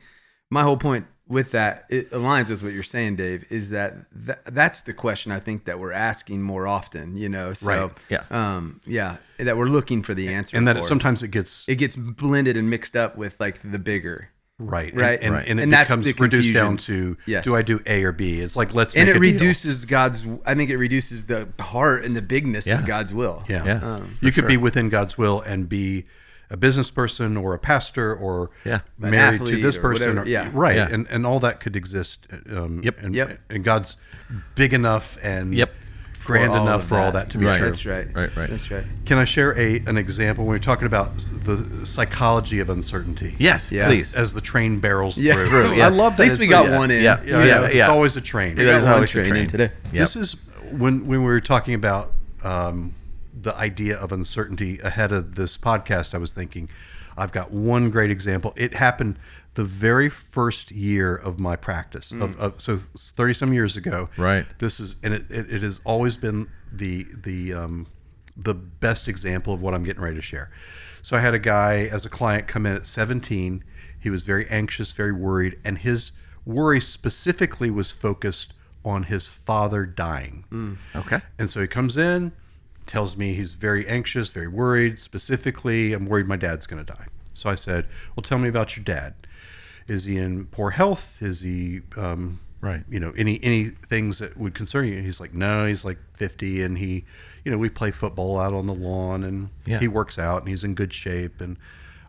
C: my whole point with that it aligns with what you're saying, Dave. Is that th- that's the question I think that we're asking more often. You know. So,
D: Right.
B: Yeah.
C: Um. Yeah. That we're looking for the answer.
D: And that it,
C: for.
D: sometimes it gets
C: it gets blended and mixed up with like the bigger.
D: right, and-
C: Right.
D: and,
C: Right.
D: and it
C: And that's
D: becomes
C: the
D: reduced down
C: confusion.
D: to
C: Yes.
D: do I do A or B? It's like let's
C: And
D: make
C: it
D: a deal.
C: reduces God's. I think it reduces the heart and the bigness
B: Yeah.
C: of God's will. Um,
D: Yeah.
B: Yeah.
D: you could be within God's will and be a business person or a pastor or
B: Yeah.
C: An
D: married to
C: athlete
D: this
C: or
D: person.
C: whatever, yeah.
D: Right.
B: Yeah.
D: And and all that could exist. Um,
B: Yep.
D: And,
C: Yep.
D: and God's big enough and
B: Yep.
D: grand
C: all
D: enough
C: of
D: for all
C: that.
D: that to be
B: Right.
D: true.
C: That's right.
B: Right, right.
C: That's right.
D: Can I share a an example when we're talking about the psychology of uncertainty?
B: Yes,
C: Yeah.
B: please.
D: As the train barrels
C: Yeah.
D: through.
C: Through, yes.
D: I love
C: At
D: that.
C: least we
D: it's a-
C: got one in.
B: Yeah,
D: Yeah,
B: yeah,
D: yeah,
B: yeah.
D: It's always a train.
B: There's
C: one
B: always a
C: training
B: train.
C: today.
B: Yep.
D: This is when when we were talking about um, the idea of uncertainty ahead of this podcast. I was thinking, I've got one great example. It happened the very first year of my practice, of, of so thirty some years ago.
B: Right.
D: This is and it, it, it has always been the the um, the best example of what I'm getting ready to share. So I had a guy as a client come in at 17. He was very anxious, very worried, and his worry specifically was focused on his father dying.
B: Okay.
D: And so he comes in, tells me he's very anxious, very worried. Specifically, I'm worried my dad's going to die. So I said, "Well, tell me about your dad. Is he in poor health? Is he, um,
B: Right.
D: You know, any any things that would concern you?" And he's like, "No, he's like 50, and he, you know, we play football out on the lawn, and
B: Yeah.
D: he works out, and he's in good shape." And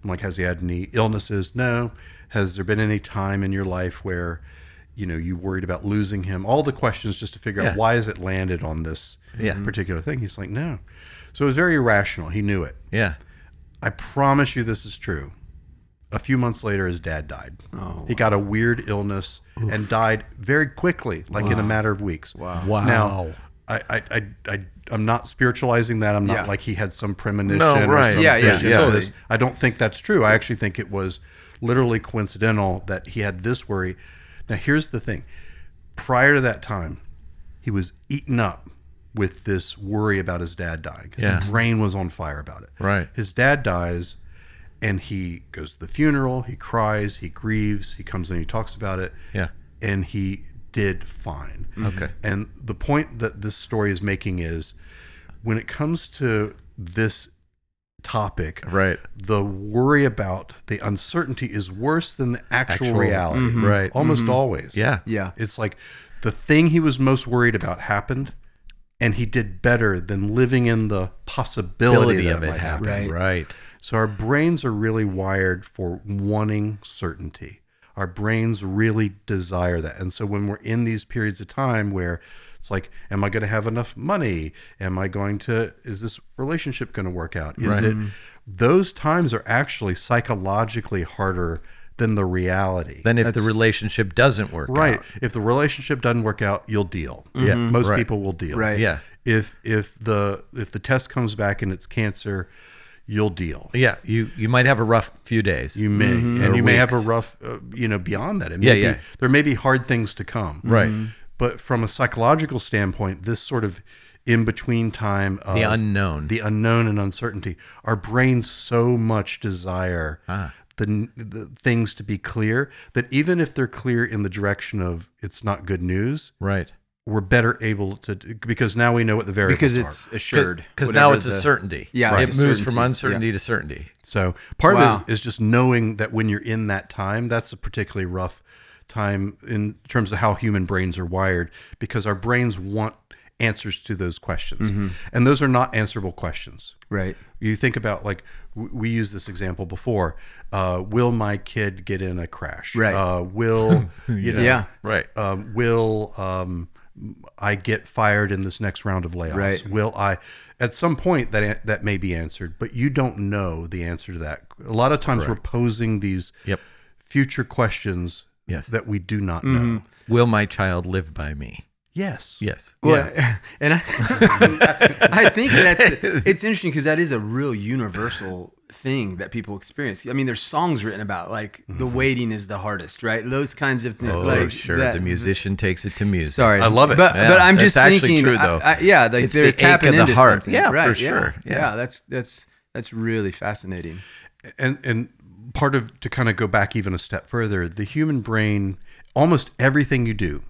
D: I'm like, "Has he had any illnesses? No. Has there been any time in your life where?" you know, you worried about losing him. All the questions just to figure
B: Yeah.
D: out why is it landed on this
B: Yeah.
D: particular thing. He's like, no. So it was very irrational. He knew it.
B: Yeah.
D: I promise you this is true. A few months later, his dad died.
C: Oh,
D: he got a weird illness and died very quickly, like in a matter of weeks. Wow.
E: Wow.
D: Now, I, I, I, I, I'm not spiritualizing that. I'm not
C: Yeah.
D: like he had some premonition.
B: No, right.
D: Or some
C: Yeah, yeah,
D: vision
C: yeah.
D: of
C: Totally.
D: this. I don't think that's true. I actually think it was literally coincidental that he had this worry. Now, here's the thing prior to that time, he was eaten up with this worry about his dad dying. His
B: Yeah.
D: brain was on fire about it.
B: Right.
D: His dad dies, and he goes to the funeral. He cries. He grieves. He comes and he talks about it.
B: Yeah.
D: And he did fine.
B: Okay.
D: And the point that this story is making is when it comes to this topic,
B: Right.
D: the worry about the uncertainty is worse than the
B: Actual-
D: actual,
B: mm-hmm,
D: reality.
B: Right.
D: Almost always.
B: Yeah.
C: yeah.
D: It's like the thing he was most worried about happened, and he did better than living in the
B: Ability
D: possibility that
B: of it
D: might
B: happen.
D: happen.
B: Right.
C: Right.
D: So our brains are really wired for wanting certainty. Our brains really desire that. And so when we're in these periods of time where it's like, am I going to have enough money? Am I going to, is this relationship going to work out? Is
B: Right. Mm-hmm.
D: it, those times are actually psychologically harder than the reality.
B: Then if the relationship doesn't work
D: Right.
B: out.
D: If the relationship doesn't work out, you'll deal.
B: Yeah,
D: Most
B: right.
D: people will deal.
C: Right.
B: Yeah.
D: If if the if the test comes back and it's cancer, you'll deal.
B: Yeah. You you might have a rough few days.
D: You may, and
B: Mm-hmm. Or
D: you may have a
B: weeks.
D: rough, uh, you know, beyond that. It may
B: Yeah,
D: be,
B: yeah.
D: There may be hard things to come.
B: Right.
C: mm-hmm.
D: But from a psychological standpoint, this sort of in between time of
C: Uh,
B: The unknown.
D: the unknown and uncertainty, our brains so much desire
B: Ah.
D: the, the things to be clear that even if they're clear in the direction of it's not good news,
B: right.
D: we're better able to because now we know what the variables
C: Because
D: are.
C: it's assured.
B: Because now
C: Whatever
B: it's a
C: the-
B: certainty.
C: Yeah,
B: It
C: it's a
B: moves
C: certainty.
B: from uncertainty to certainty.
D: So part
C: Wow.
D: of it is just knowing that when you're in that time, that's a particularly rough time in terms of how human brains are wired because our brains want answers to those questions.
C: Mm-hmm.
D: And those are not answerable questions.
C: Right.
D: You think about like w- we used this example before. Uh, will my kid get in a crash?
C: Right.
D: Uh, will you know?
C: Yeah.
B: Right.
D: um, will um, I get fired in this next round of layoffs?
C: Right.
D: Will I? At some point, that an- that may be answered, but you don't know the answer to that. A lot of times, we're posing these
B: Yep.
D: future questions
B: Yes. Mm-hmm.
D: that we do not know.
B: Will my child live by me?
D: Yes.
B: Yes.
C: Well, and I, I think that's it's interesting because that is a real universal thing that people experience. I mean, there's songs written about like the waiting is the hardest, right? Those kinds of things.
B: Mm-hmm. Oh,
C: like,
B: sure.
C: that-
B: the musician takes it to music.
C: Sorry,
D: I love it.
C: But,
B: Yeah,
C: but I'm
B: that's
C: just
B: actually
C: thinking,
B: true, though.
C: I, I, yeah, like
B: It's
C: they're
B: the ache
C: tapping
B: of the
C: into
B: heart.
C: something.
B: Yeah, for
C: right,
B: sure.
C: Yeah.
B: Yeah.
C: that's that's that's really fascinating.
D: and and part of to kind of go back even a step further the human brain almost everything you do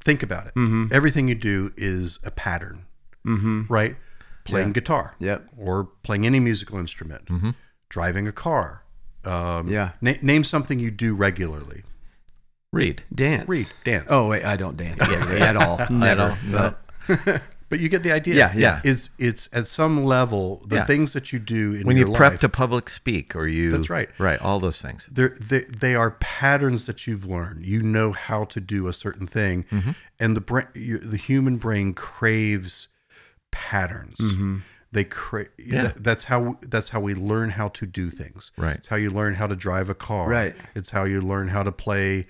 D: think about it
B: Mm-hmm.
D: everything you do is a pattern mm-hmm. right playing guitar
C: Yep.
D: or playing any musical instrument
B: Mm-hmm.
D: driving a car um,
C: Yeah.
D: na- name something you do regularly
B: Read.
C: Dance,
D: Read, dance.
C: Oh wait, I don't dance regularly at all. Never.
B: I don't know.
D: but you get the idea
C: Yeah,
B: yeah.
D: it's it's at some level the
B: Yeah.
D: things that you do in
B: When you
D: your
B: prep
D: life,
B: to public speak or you.
D: That's right.
B: Right. All those things.
D: they're, they they are patterns that you've learned. You know how to do a certain thing,
C: Mm-hmm.
D: and the brain, you, the human brain craves patterns.
C: Mm-hmm.
D: They crave. that's how that's how we learn how to do things.
B: Right.
D: It's how you learn how to drive a car.
C: Right.
D: It's how you learn how to play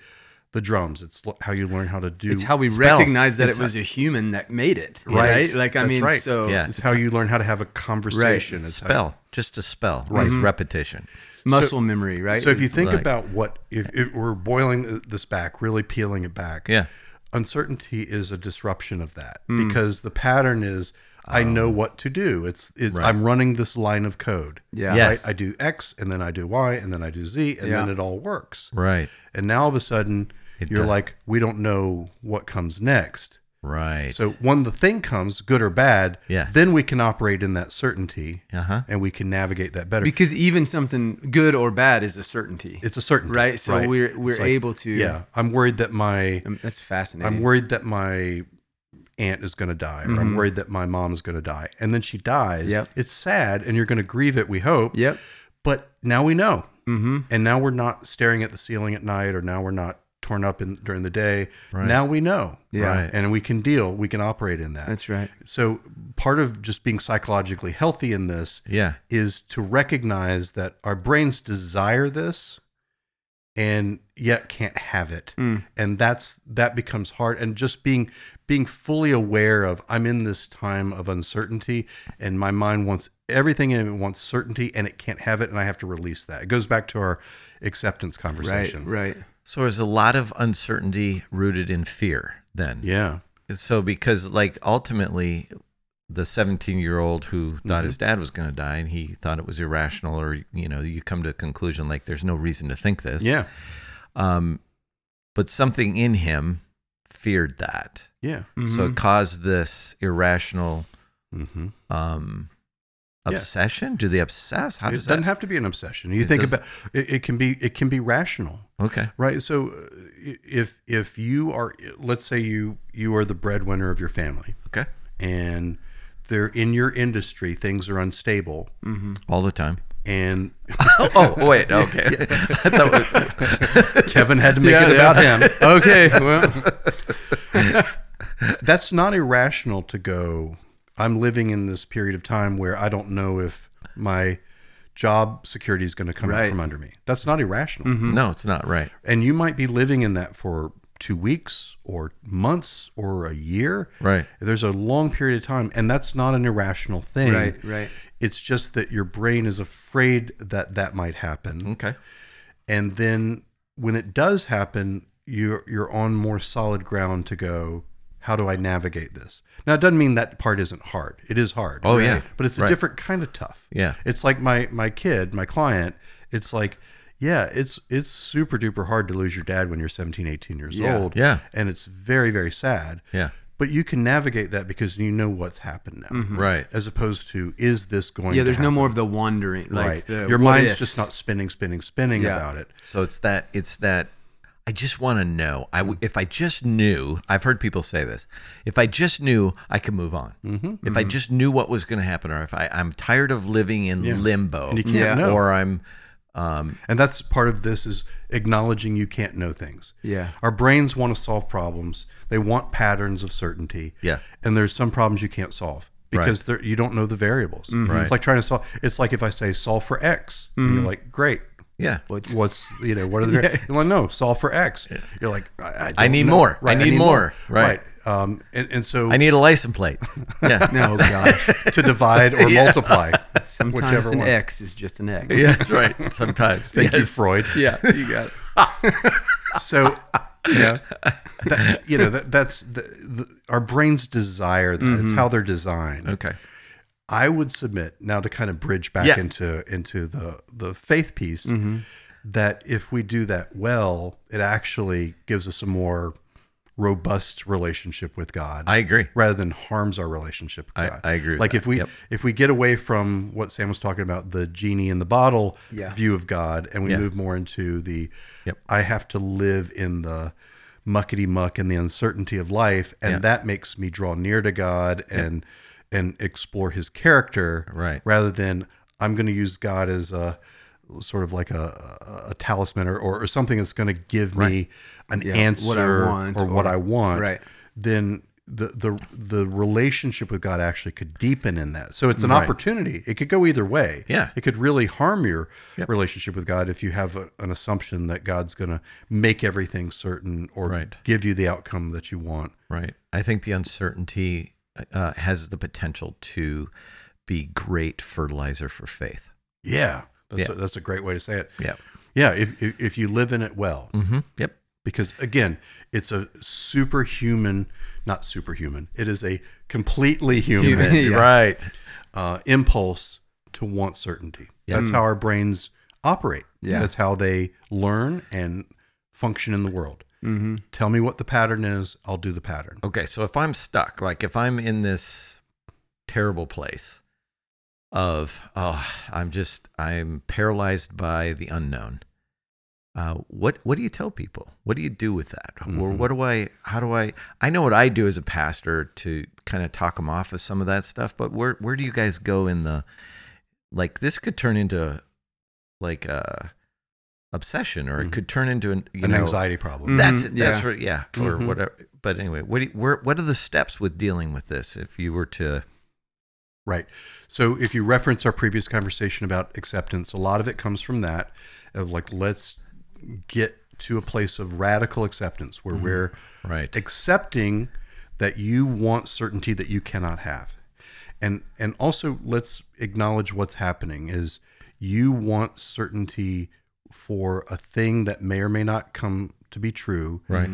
D: the drums. It's lo- how you learn how to do.
C: It's how we
B: Spell.
C: recognize that
B: It's
C: it was a human that made it,
D: Right.
C: right? Like I
D: That's
C: mean,
D: right.
C: so
B: Yeah.
D: It's how you learn how to have a conversation. It's how-
B: Spell. Just a spell. Right.
D: Mm-hmm.
B: Repetition.
C: muscle memory, right?
D: So if you think
B: Like-
D: about what if, if we're boiling th- this back, really peeling it back,
B: Yeah.
D: uncertainty is a disruption of that because the pattern is I know what to do. It's, it's I'm running this line of code.
C: yeah,
B: Yes.
D: I, I do X and then I do Y and then I do Z and then
C: Yeah.
D: it all works.
B: Right.
D: And now all of a sudden
B: It
D: you're
B: does.
D: like, we don't know what comes next.
B: Right.
D: So when the thing comes, good or bad,
B: Yeah.
D: then we can operate in that certainty
B: Uh huh.
D: and we can navigate that better.
C: because even something good or bad is a certainty,
D: it's a certainty.
C: right? So we're we're
D: It's like,
C: able to.
D: Yeah. I'm worried that my
C: Um, that's fascinating.
D: I'm worried that my aunt is going to die, or I'm worried that my mom's going to die, and then she dies.
C: Mm-hmm. Yep.
D: It's sad, and you're going to grieve it. We hope.
C: Yep.
D: But now we know,
C: Mm-hmm.
D: and now we're not staring at the ceiling at night, or now we're not torn up in, during the day. Now we know,
B: Right.
D: and we can deal. We can operate in that.
C: That's right.
D: So part of just being psychologically healthy in this
B: Yeah.
D: is to recognize that our brains desire this and yet can't have it
C: Mm.
D: and that's that becomes hard and just being being fully aware of i'm in this time of uncertainty and my mind wants everything and it wants certainty and it can't have it and i have to release that it goes back to our acceptance
C: Right.
D: conversation
C: Right.
B: So there's a lot of uncertainty rooted in fear then.
D: yeah
B: So because like ultimately the 17 year old who thought
D: Mm-hmm.
B: his dad was going to die and he thought it was irrational or you know you come to a conclusion like there's no reason to think this
D: yeah
B: um but something in him feared that
D: yeah
B: so
C: Mhm.
B: it caused this irrational
D: mm-hmm.
B: um
D: Yeah.
B: obsession do they obsess how
D: it
B: does
D: doesn't
B: that
D: have to be an obsession you
B: It
D: think
B: doesn't-
D: about it, it can be it can be rational
B: okay
D: right so uh, i- if if you are let's say you you are the breadwinner of your family
B: okay
D: and they're in your industry things are unstable
B: all the time
D: and
B: oh wait okay I thought it was-
D: kevin had to make
C: Yeah,
D: it
C: yeah.
D: about him
C: okay. Well.
D: that's not irrational to go i'm living in this period of time where i don't know if my job security is going to come out
C: Right. Mm-hmm.
D: from under me that's not irrational
B: no it's not right
D: and you might be living in that for two weeks or months or a year
B: Right.
D: there's a long period of time and that's not an irrational thing
C: Right. Right.
D: It's just that your brain is afraid that that might
C: Mm-hmm.
D: happen.
B: okay
D: And then when it does happen, you're you're on more solid ground to go, how do I navigate this? Now it doesn't mean that part isn't hard. It is hard.
B: Oh, yeah.
D: But it's a
B: Right.
D: different kind of tough.
B: Yeah.
D: It's like my my kid, my client, it's like yeah, it's it's super duper hard to lose your dad when you're 17, 18 years
C: Yeah.
D: old.
B: Yeah.
D: And it's very very sad.
B: yeah
D: But you can navigate that because you know what's happened now.
B: right
D: As opposed to is this going
C: Mm-hmm. Yeah.
D: to
C: There's no
D: happen?
C: more of the wandering. Like
D: right.
C: The
D: Your
C: what
D: mind's
C: ifs.
D: just not spinning, spinning, spinning
C: Yeah.
D: about it.
B: So it's that it's that I just want to know. I w- if I just knew. I've heard people say this. If I just knew, I could move on.
D: Mm-hmm.
B: If I just knew what was going to happen, or if I I'm tired of living in limbo,
D: And you can't
C: Yeah.
D: know.
B: or I'm um,
D: and that's part of this is acknowledging you can't know things.
C: Yeah.
D: Our brains want to solve problems. They want patterns of certainty.
B: Yeah.
D: And there's some problems you can't solve because they're you don't know the variables.
B: Mm-hmm. Right. Mm-hmm.
D: It's like trying to solve it's like if I say solve for X, and you're like, great.
B: yeah.
D: What's, what's you know what are the
C: Yeah.
D: you're like no solve for X you're like I, I,
B: I
D: don't
B: need
D: know.
B: more. I
D: Right,
B: need more. Right.
D: right, um and, and so
B: I need a license plate. Yeah.
C: No Oh, gosh.
D: to divide or multiply
C: Sometimes
D: whichever
C: an
D: one
C: X is just an X.
B: yeah, that's right. Sometimes.
D: thank you
B: Yes.
D: Freud
C: Yeah. You got it.
D: so yeah that, you know that, that's the, the, our brains desire that it's how they're designed
B: Mm-hmm. Okay.
D: i would submit now to kind of bridge back
B: Yeah. Mm-hmm.
D: into into the the faith piece that if we do that well it actually gives us a more robust relationship with god
B: I agree.
D: rather than harms our relationship with
B: I-
D: God.
B: I agree with
D: like
B: that.
D: if we
B: Yep.
D: if we get away from what Sam was talking about, the genie in the bottle
C: Yeah.
D: view of God, and we
B: Yeah.
D: move more into the
B: Yep.
D: I have to live in the muckety muck and the uncertainty of life, and
B: Yeah.
D: that makes me draw near to God and and explore His character,
B: Right.
D: Rather than I'm going to use God as a sort of like a, a talisman or, or something that's going to give me an
C: Yeah,
D: answer
C: what I want
D: or what
C: or-
D: I want,
C: right.
D: Then the the the relationship with God actually could deepen in that. So it's an opportunity. It could go either way.
B: Yeah.
D: it could really harm your
B: Yep.
D: relationship with God if you have a, an assumption that God's going to make everything certain or
B: Right.
D: give you the outcome that you want.
B: Right. I think the uncertainty uh, has the potential to be great fertilizer for faith.
D: Yeah, that's
B: Yeah.
D: A, that's a great way to say it.
B: Yeah.
D: Yeah, if if, if you live in it well.
B: Mm-hmm. Yep.
D: because again it's a superhuman not superhuman it is a completely human,
C: Human, yeah.
D: right uh, impulse to want certainty that's how our brains operate
C: Yeah.
D: that's how they learn and function in the world
C: Mm-hmm.
D: tell me what the pattern is i'll do the pattern
B: Okay, so if I'm stuck, like if I'm in this terrible place of, oh, I'm just, I'm paralyzed by the unknown. Uh, what what do you tell people? What do you do with that? Or what do I? How do I? I know what I do as a pastor to kind of talk them off of some of that stuff. But where where do you guys go in the like? This could turn into like a a uh, obsession, or it could turn into an, you
D: an
B: know, mm.
D: anxiety problem.
B: That's it.
C: Mhm,
B: That's
C: yeah.
B: right. Mm-hmm. Yeah, Mm-hmm. or whatever. But anyway, what do you, where, what are the steps with dealing with this? If you were to,
D: Right. So if you reference our previous conversation about acceptance, a lot of it comes from that of like, let's get to a place of radical acceptance
B: Mm-hmm.
D: where we're
B: right?
D: accepting that you want certainty that you cannot have. And and also let's acknowledge what's happening is you want certainty for a thing that may or may not come to be true.
B: Right.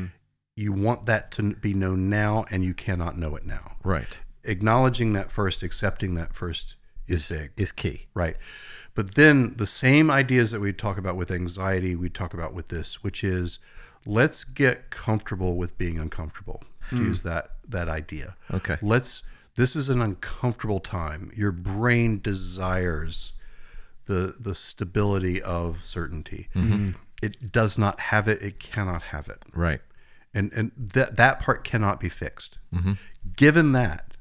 D: You want that to be known now and you cannot know it now
B: right.
D: acknowledging that first, accepting that first is big,
B: is key.
D: right? But then the same ideas that we talk about with anxiety, we talk about with this, which is let's get comfortable with being uncomfortable. To use that that idea.
B: Okay.
D: Let's this is an uncomfortable time. Your brain desires the the stability of certainty. It does not have it, it cannot have it
B: Right.
D: and and that that part cannot be fixed.
B: Mm-hmm.
D: Given that,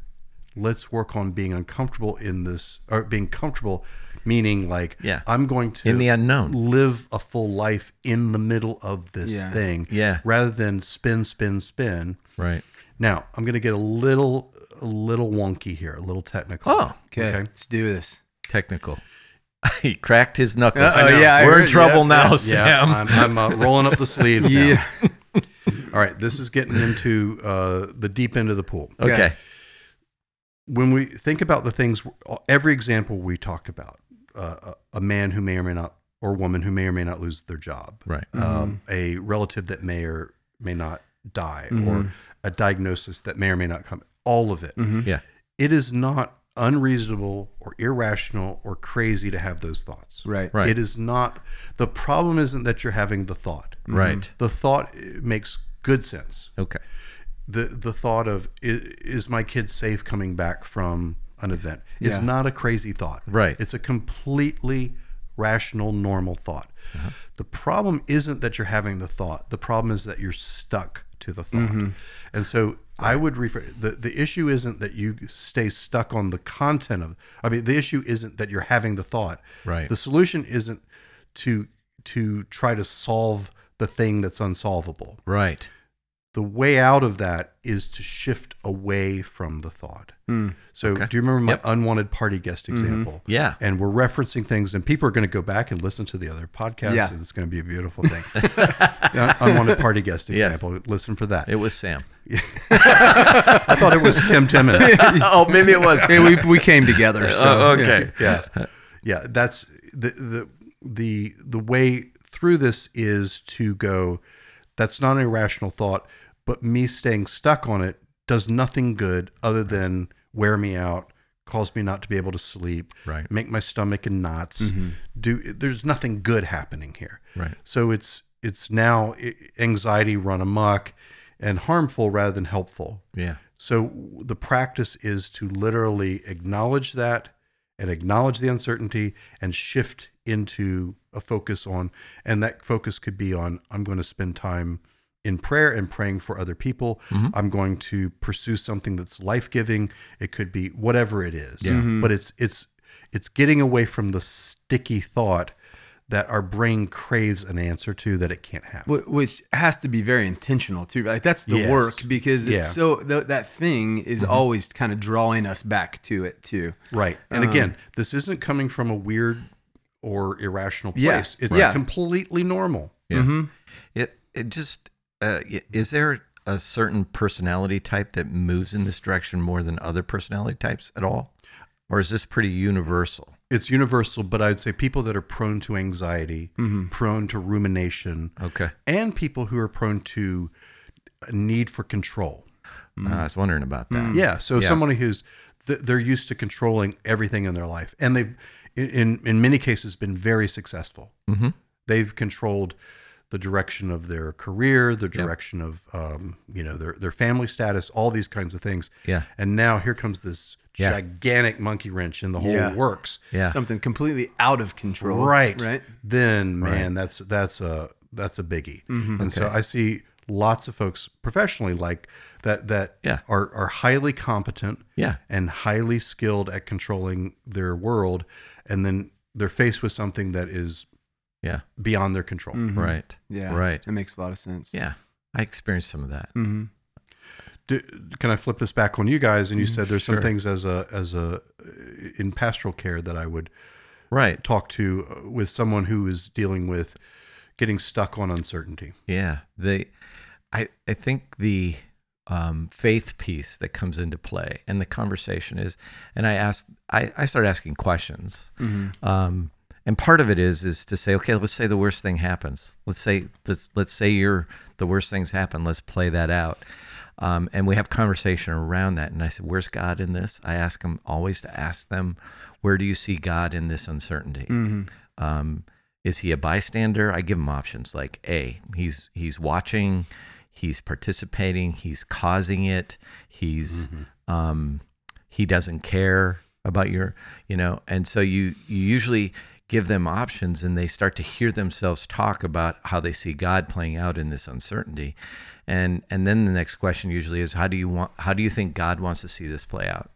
D: let's work on being uncomfortable in this, or being comfortable, meaning like,
B: Yeah.
D: I'm going to
B: In the unknown.
D: live a full life in the middle of this
C: Yeah.
D: thing,
B: Yeah.
D: rather than spin, spin, spin.
B: Right.
D: Now I'm going to get a little a little wonky here, a little technical.
B: Oh.
C: Okay, let's do this.
B: Technical. he cracked his knuckles.
C: Uh-oh, yeah, I
B: We're in
C: heard-
B: trouble
C: yeah,
B: now,
D: Yeah,
B: Sam.
D: I'm, I'm uh, rolling up the sleeves now.
C: Yeah.
D: All right, this is getting into uh, the deep end of the pool.
B: okay.
C: Okay.
D: when we think about the things, every example we talked about, uh, a a man who may or may not, or woman who may or may not lose their job,
B: Right.
D: um, a relative that may or may not die, or a diagnosis that may or may not come, all of
C: Mm.
D: it.
C: Mm-hmm.
B: Yeah.
D: It is not unreasonable or irrational or crazy to have those thoughts.
C: Right.
B: Right.
D: It is not, the problem isn't that you're having the thought.
B: Right.
D: The thought eh, makes good sense
B: Okay.
D: the the thought of is, is my kid safe coming back from an event is
C: Yeah.
D: not a crazy thought.
B: Right.
D: It's a completely rational, normal thought.
B: Uh-huh.
D: The problem isn't that you're having the thought. The problem is that you're stuck to the thought.
B: Mm-hmm.
D: And so I would refer the the issue isn't that you stay stuck on the content of. I mean, the issue isn't that you're having the thought.
B: Right.
D: The solution isn't to to try to solve the thing that's unsolvable
B: Right.
D: the way out of that is to shift away from the thought.
C: Mm.
D: So,
B: Okay.
D: do you remember my
B: Yep. Mm-hmm.
D: unwanted party guest example?
B: Yeah.
D: And we're referencing things, and people are going to go back and listen to the other podcasts,
C: Yeah.
D: and it's going to be a beautiful thing. Un- unwanted party guest
B: Yes.
D: example. Listen for that.
B: It was Sam.
D: I thought it was Tim Timmons.
B: oh, maybe it was.
C: Hey, we we came together. So,
B: Oh,
C: yeah.
B: okay.
D: yeah yeah that's the the the the way through this is to go that's not an irrational thought but me staying stuck on it does nothing good other than wear me out cause me not to be able to sleep
B: Right.
D: make my stomach in knots do there's nothing good happening here
B: Right.
D: so it's it's now i- anxiety run amok and harmful rather than helpful
B: Yeah.
D: so the practice is to literally acknowledge that and acknowledge the uncertainty and shift into a focus on and that focus could be on I'm going to spend time in prayer and praying for other people. I'm going to pursue something that's life-giving. It could be whatever it is.
B: Yeah.
D: But it's it's it's getting away from the sticky thought that our brain craves an answer to that it can't have.
C: Wh- Which has to be very intentional too. Like that's the
D: Yes.
C: work because it's
D: Yeah.
C: so th- that thing is
B: Mm-hmm.
C: always kind of drawing us back to it too.
D: Right.
C: Um,
D: And again, this isn't coming from a weird or irrational
C: Yeah,
D: place. It's
C: yeah.
D: completely normal.
B: Yeah. It it just uh, y- is there a certain personality type that moves in this direction more than other personality types at all, or is this pretty universal?
D: It's universal, but I would say people that are prone to anxiety,
C: Mm-hmm.
D: prone to rumination,
B: Okay.
D: and people who are prone to a need for control.
B: Uh, I was wondering about that.
C: Mm.
D: Yeah. So
B: Yeah.
D: someone who's th- they're used to controlling everything in their life, and they've in- in in many cases been very successful. Mm-hmm. They've controlled the direction of their career, the direction of um, you know their their family status, all these kinds of things.
B: Yeah.
D: And now here comes this
B: Yeah.
D: gigantic monkey wrench in the whole
C: Yeah.
D: works.
B: Yeah.
C: Something completely out of control.
D: Right.
C: Right.
D: Then man, that's that's a that's a biggie.
B: Mm-hmm.
D: And so I see lots of folks professionally like that that
B: Yeah.
D: are are highly competent
B: Yeah.
D: and highly skilled at controlling their world and then they're faced with something that is
B: Yeah.
D: beyond their control.
B: Right.
C: Yeah.
B: Right.
C: It makes a lot of sense.
B: Yeah. I experienced some of that.
C: Mm-hmm.
D: Do, can I flip this back on you guys? And you said there's
B: Sure.
D: some things as a as a in pastoral care that I would
B: Right.
D: talk to uh, with someone who is dealing with getting stuck on uncertainty.
B: Yeah. The I I think the um, faith piece that comes into play and the conversation is and I asked I, I started asking questions. Um, and part of it is is to say, okay, let's say the worst thing happens. Let's say let's let's say you're the worst things happen. Let's play that out. Um, and we have conversation around that. And I said, "Where's God in this?" I ask them always to ask them, "Where do you see God in this uncertainty?" Um, is he a bystander? I give him options like A, he's he's watching, he's participating, he's causing it, he's um, he doesn't care about your, you know, and so you you usually give them options and they start to hear themselves talk about how they see God playing out in this uncertainty. And and then the next question usually is how do you want how do you think God wants to see this play out?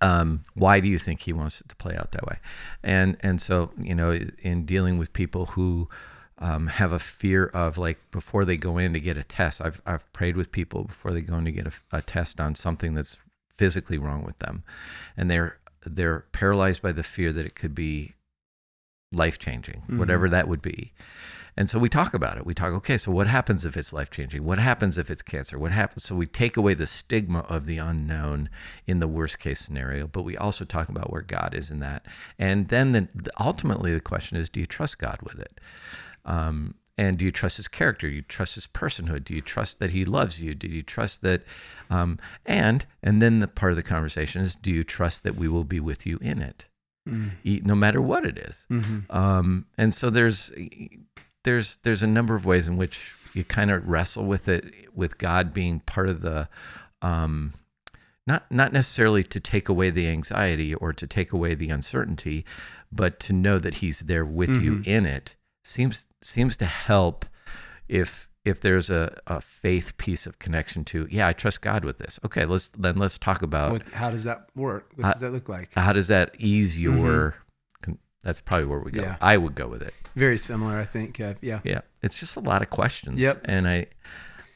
B: um, why do you think he wants it to play out that way? And and so you know, in dealing with people who um, have a fear of like before they go in to get a test, I've I've prayed with people before they go in to get a, a test on something that's physically wrong with them, and they're they're paralyzed by the fear that it could be life changing, whatever that would be. And so we talk about it. We talk, okay, so what happens if it's life changing? What happens if it's cancer? What happens? So we take away the stigma of the unknown in the worst case scenario, but we also talk about where God is in that. And then the, the- ultimately, the question is do you trust God with it? Um, and do you trust his character? Do you trust his personhood? Do you trust that he loves you? Do you trust that? Um, and and then the part of the conversation is, do you trust that we will be with you in it, E- no matter what it is? Um, and so there's e, there's there's a number of ways in which you kind of wrestle with it, with God being part of the um, not not necessarily to take away the anxiety or to take away the uncertainty, but to know that He's there with you in it seems seems to help if if there's a, a faith piece of connection to yeah I trust God with this okay let's then let's talk about
C: What, how does that work? What does that look like?
B: how does that ease your con- that's probably where we go
C: Yeah.
B: I would go with it
C: Very similar, I think, Kev. Yeah.
B: yeah it's just a lot of questions
C: Yep.
B: and I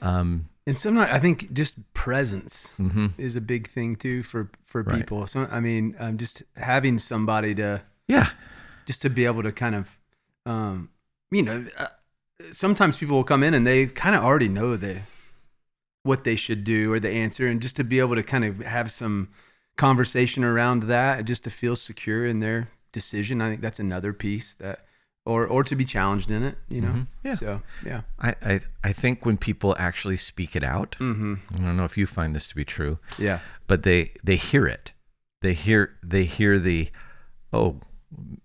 B: um
C: And sometimes I think just presence
B: mhm.
C: is a big thing too for for
B: Right.
C: people. So I mean, um, just having somebody to
B: yeah
C: just to be able to kind of, um, you know, uh, sometimes people will come in and they kind of already know the what they should do or the answer, and just to be able to kind of have some conversation around that, and just to feel secure in their decision. I think that's another piece that, or or to be challenged in it, you know.
B: Mhm. Yeah.
C: So yeah.
B: I, I I think when people actually speak it out
C: Mm-hmm.
B: I don't know if you find this to be true
C: Yeah.
B: but they they hear it they hear they hear the oh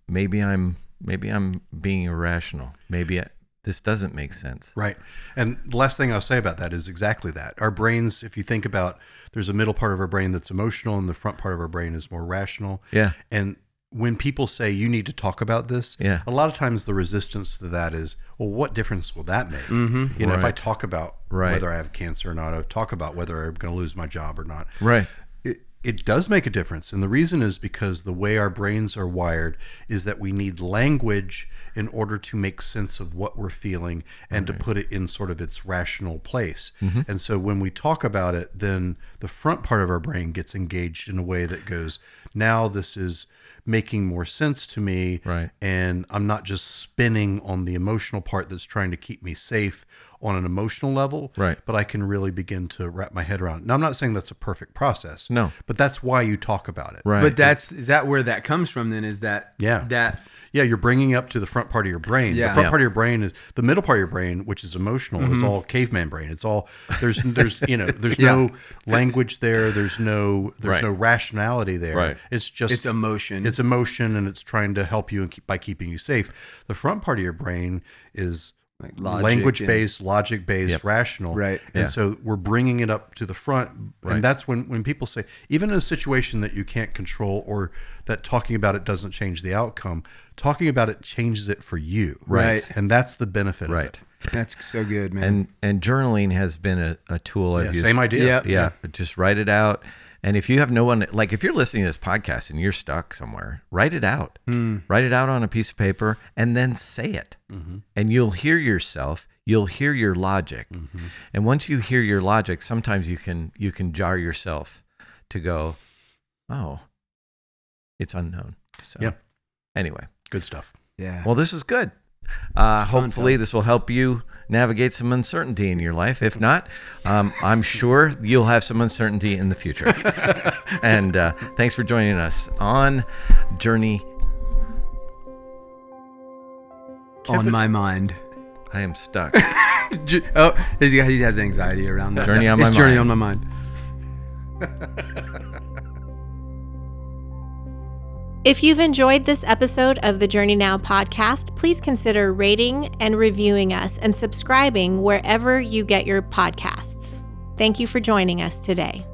B: maybe i'm maybe i'm being irrational maybe I, this doesn't make sense
D: Right. And the last thing I'll say about that is exactly that. Our brains, if you think about, there's a middle part of our brain that's emotional, and the front part of our brain is more rational.
B: Yeah.
D: And when people say you need to talk about this,
B: Yeah.
D: a lot of times the resistance to that is, well, what difference will that make? You know, if I talk about
B: Mm-hmm. Right.
D: whether I have cancer or not, I talk about whether I'm going to lose my job or not,
B: right
D: it, it does make a difference. And the reason is because the way our brains are wired is that we need language in order to make sense of what we're feeling and to put it in sort of its rational place. And so when we talk about it, then the front part of our brain gets engaged in a way that goes, now this is making more sense to me.
B: Right.
D: And I'm not just spinning on the emotional part that's trying to keep me safe on an emotional level
B: Right.
D: but I can really begin to wrap my head around it. Now, I'm not saying that's a perfect process.
B: No.
D: But that's why you talk about it.
B: right
C: But that's is that where that comes from? Then is that
D: Yeah.
C: that
D: Yeah, you're bringing up to the front part of your brain.
C: Yeah.
D: The front
B: Yeah. Mm-hmm.
D: part of your brain is the middle part of your brain, which is emotional, is all caveman brain. It's all there's there's you know there's no language there. There's no there's
B: Right.
D: no rationality there.
B: Right.
D: It's just
C: it's emotion.
D: it's emotion and it's trying to help you and keep, by keeping you safe. The front part of your brain is
C: Like logic
D: language based, logic based,
B: Yep.
D: rational.
C: Right.
D: And
B: Yeah.
D: so we're bringing it up to the front.
B: Right.
D: And that's when, when people say, even in a situation that you can't control or that talking about it doesn't change the outcome, talking about it changes it for you.
C: Right. Right.
D: And that's the benefit of
B: right
D: it.
C: that's so good, man.
B: and and journaling has been a, a tool I've
D: Yeah,
B: used
D: same idea.
C: Yeah.
B: yeah, just write it out And if you have no one, like if you're listening to this podcast and you're stuck somewhere, write it out.
C: Hmm.
B: Write it out on a piece of paper and then say it.
D: Mm-hmm.
B: And you'll hear yourself. You'll hear your logic.
D: Mm. Mm-hmm.
B: And once you hear your logic, sometimes you can you can jar yourself to go, oh, it's unknown. So
D: Yep.
B: anyway.
D: Good stuff.
C: Yeah.
B: Well, this was good. Uh,
C: fun,
B: hopefully, this will help you navigate some uncertainty in your life. If not, um, I'm sure you'll have some uncertainty in the future. and uh, thanks for joining us on Journey.
C: on my mind.
B: I am stuck.
C: J- Oh, he's got, he has anxiety around that.
B: Journey on
C: It's
B: my
C: journey
B: mind.
C: on my mind.
A: If you've enjoyed this episode of the Journey Now podcast, please consider rating and reviewing us and subscribing wherever you get your podcasts. Thank you for joining us today.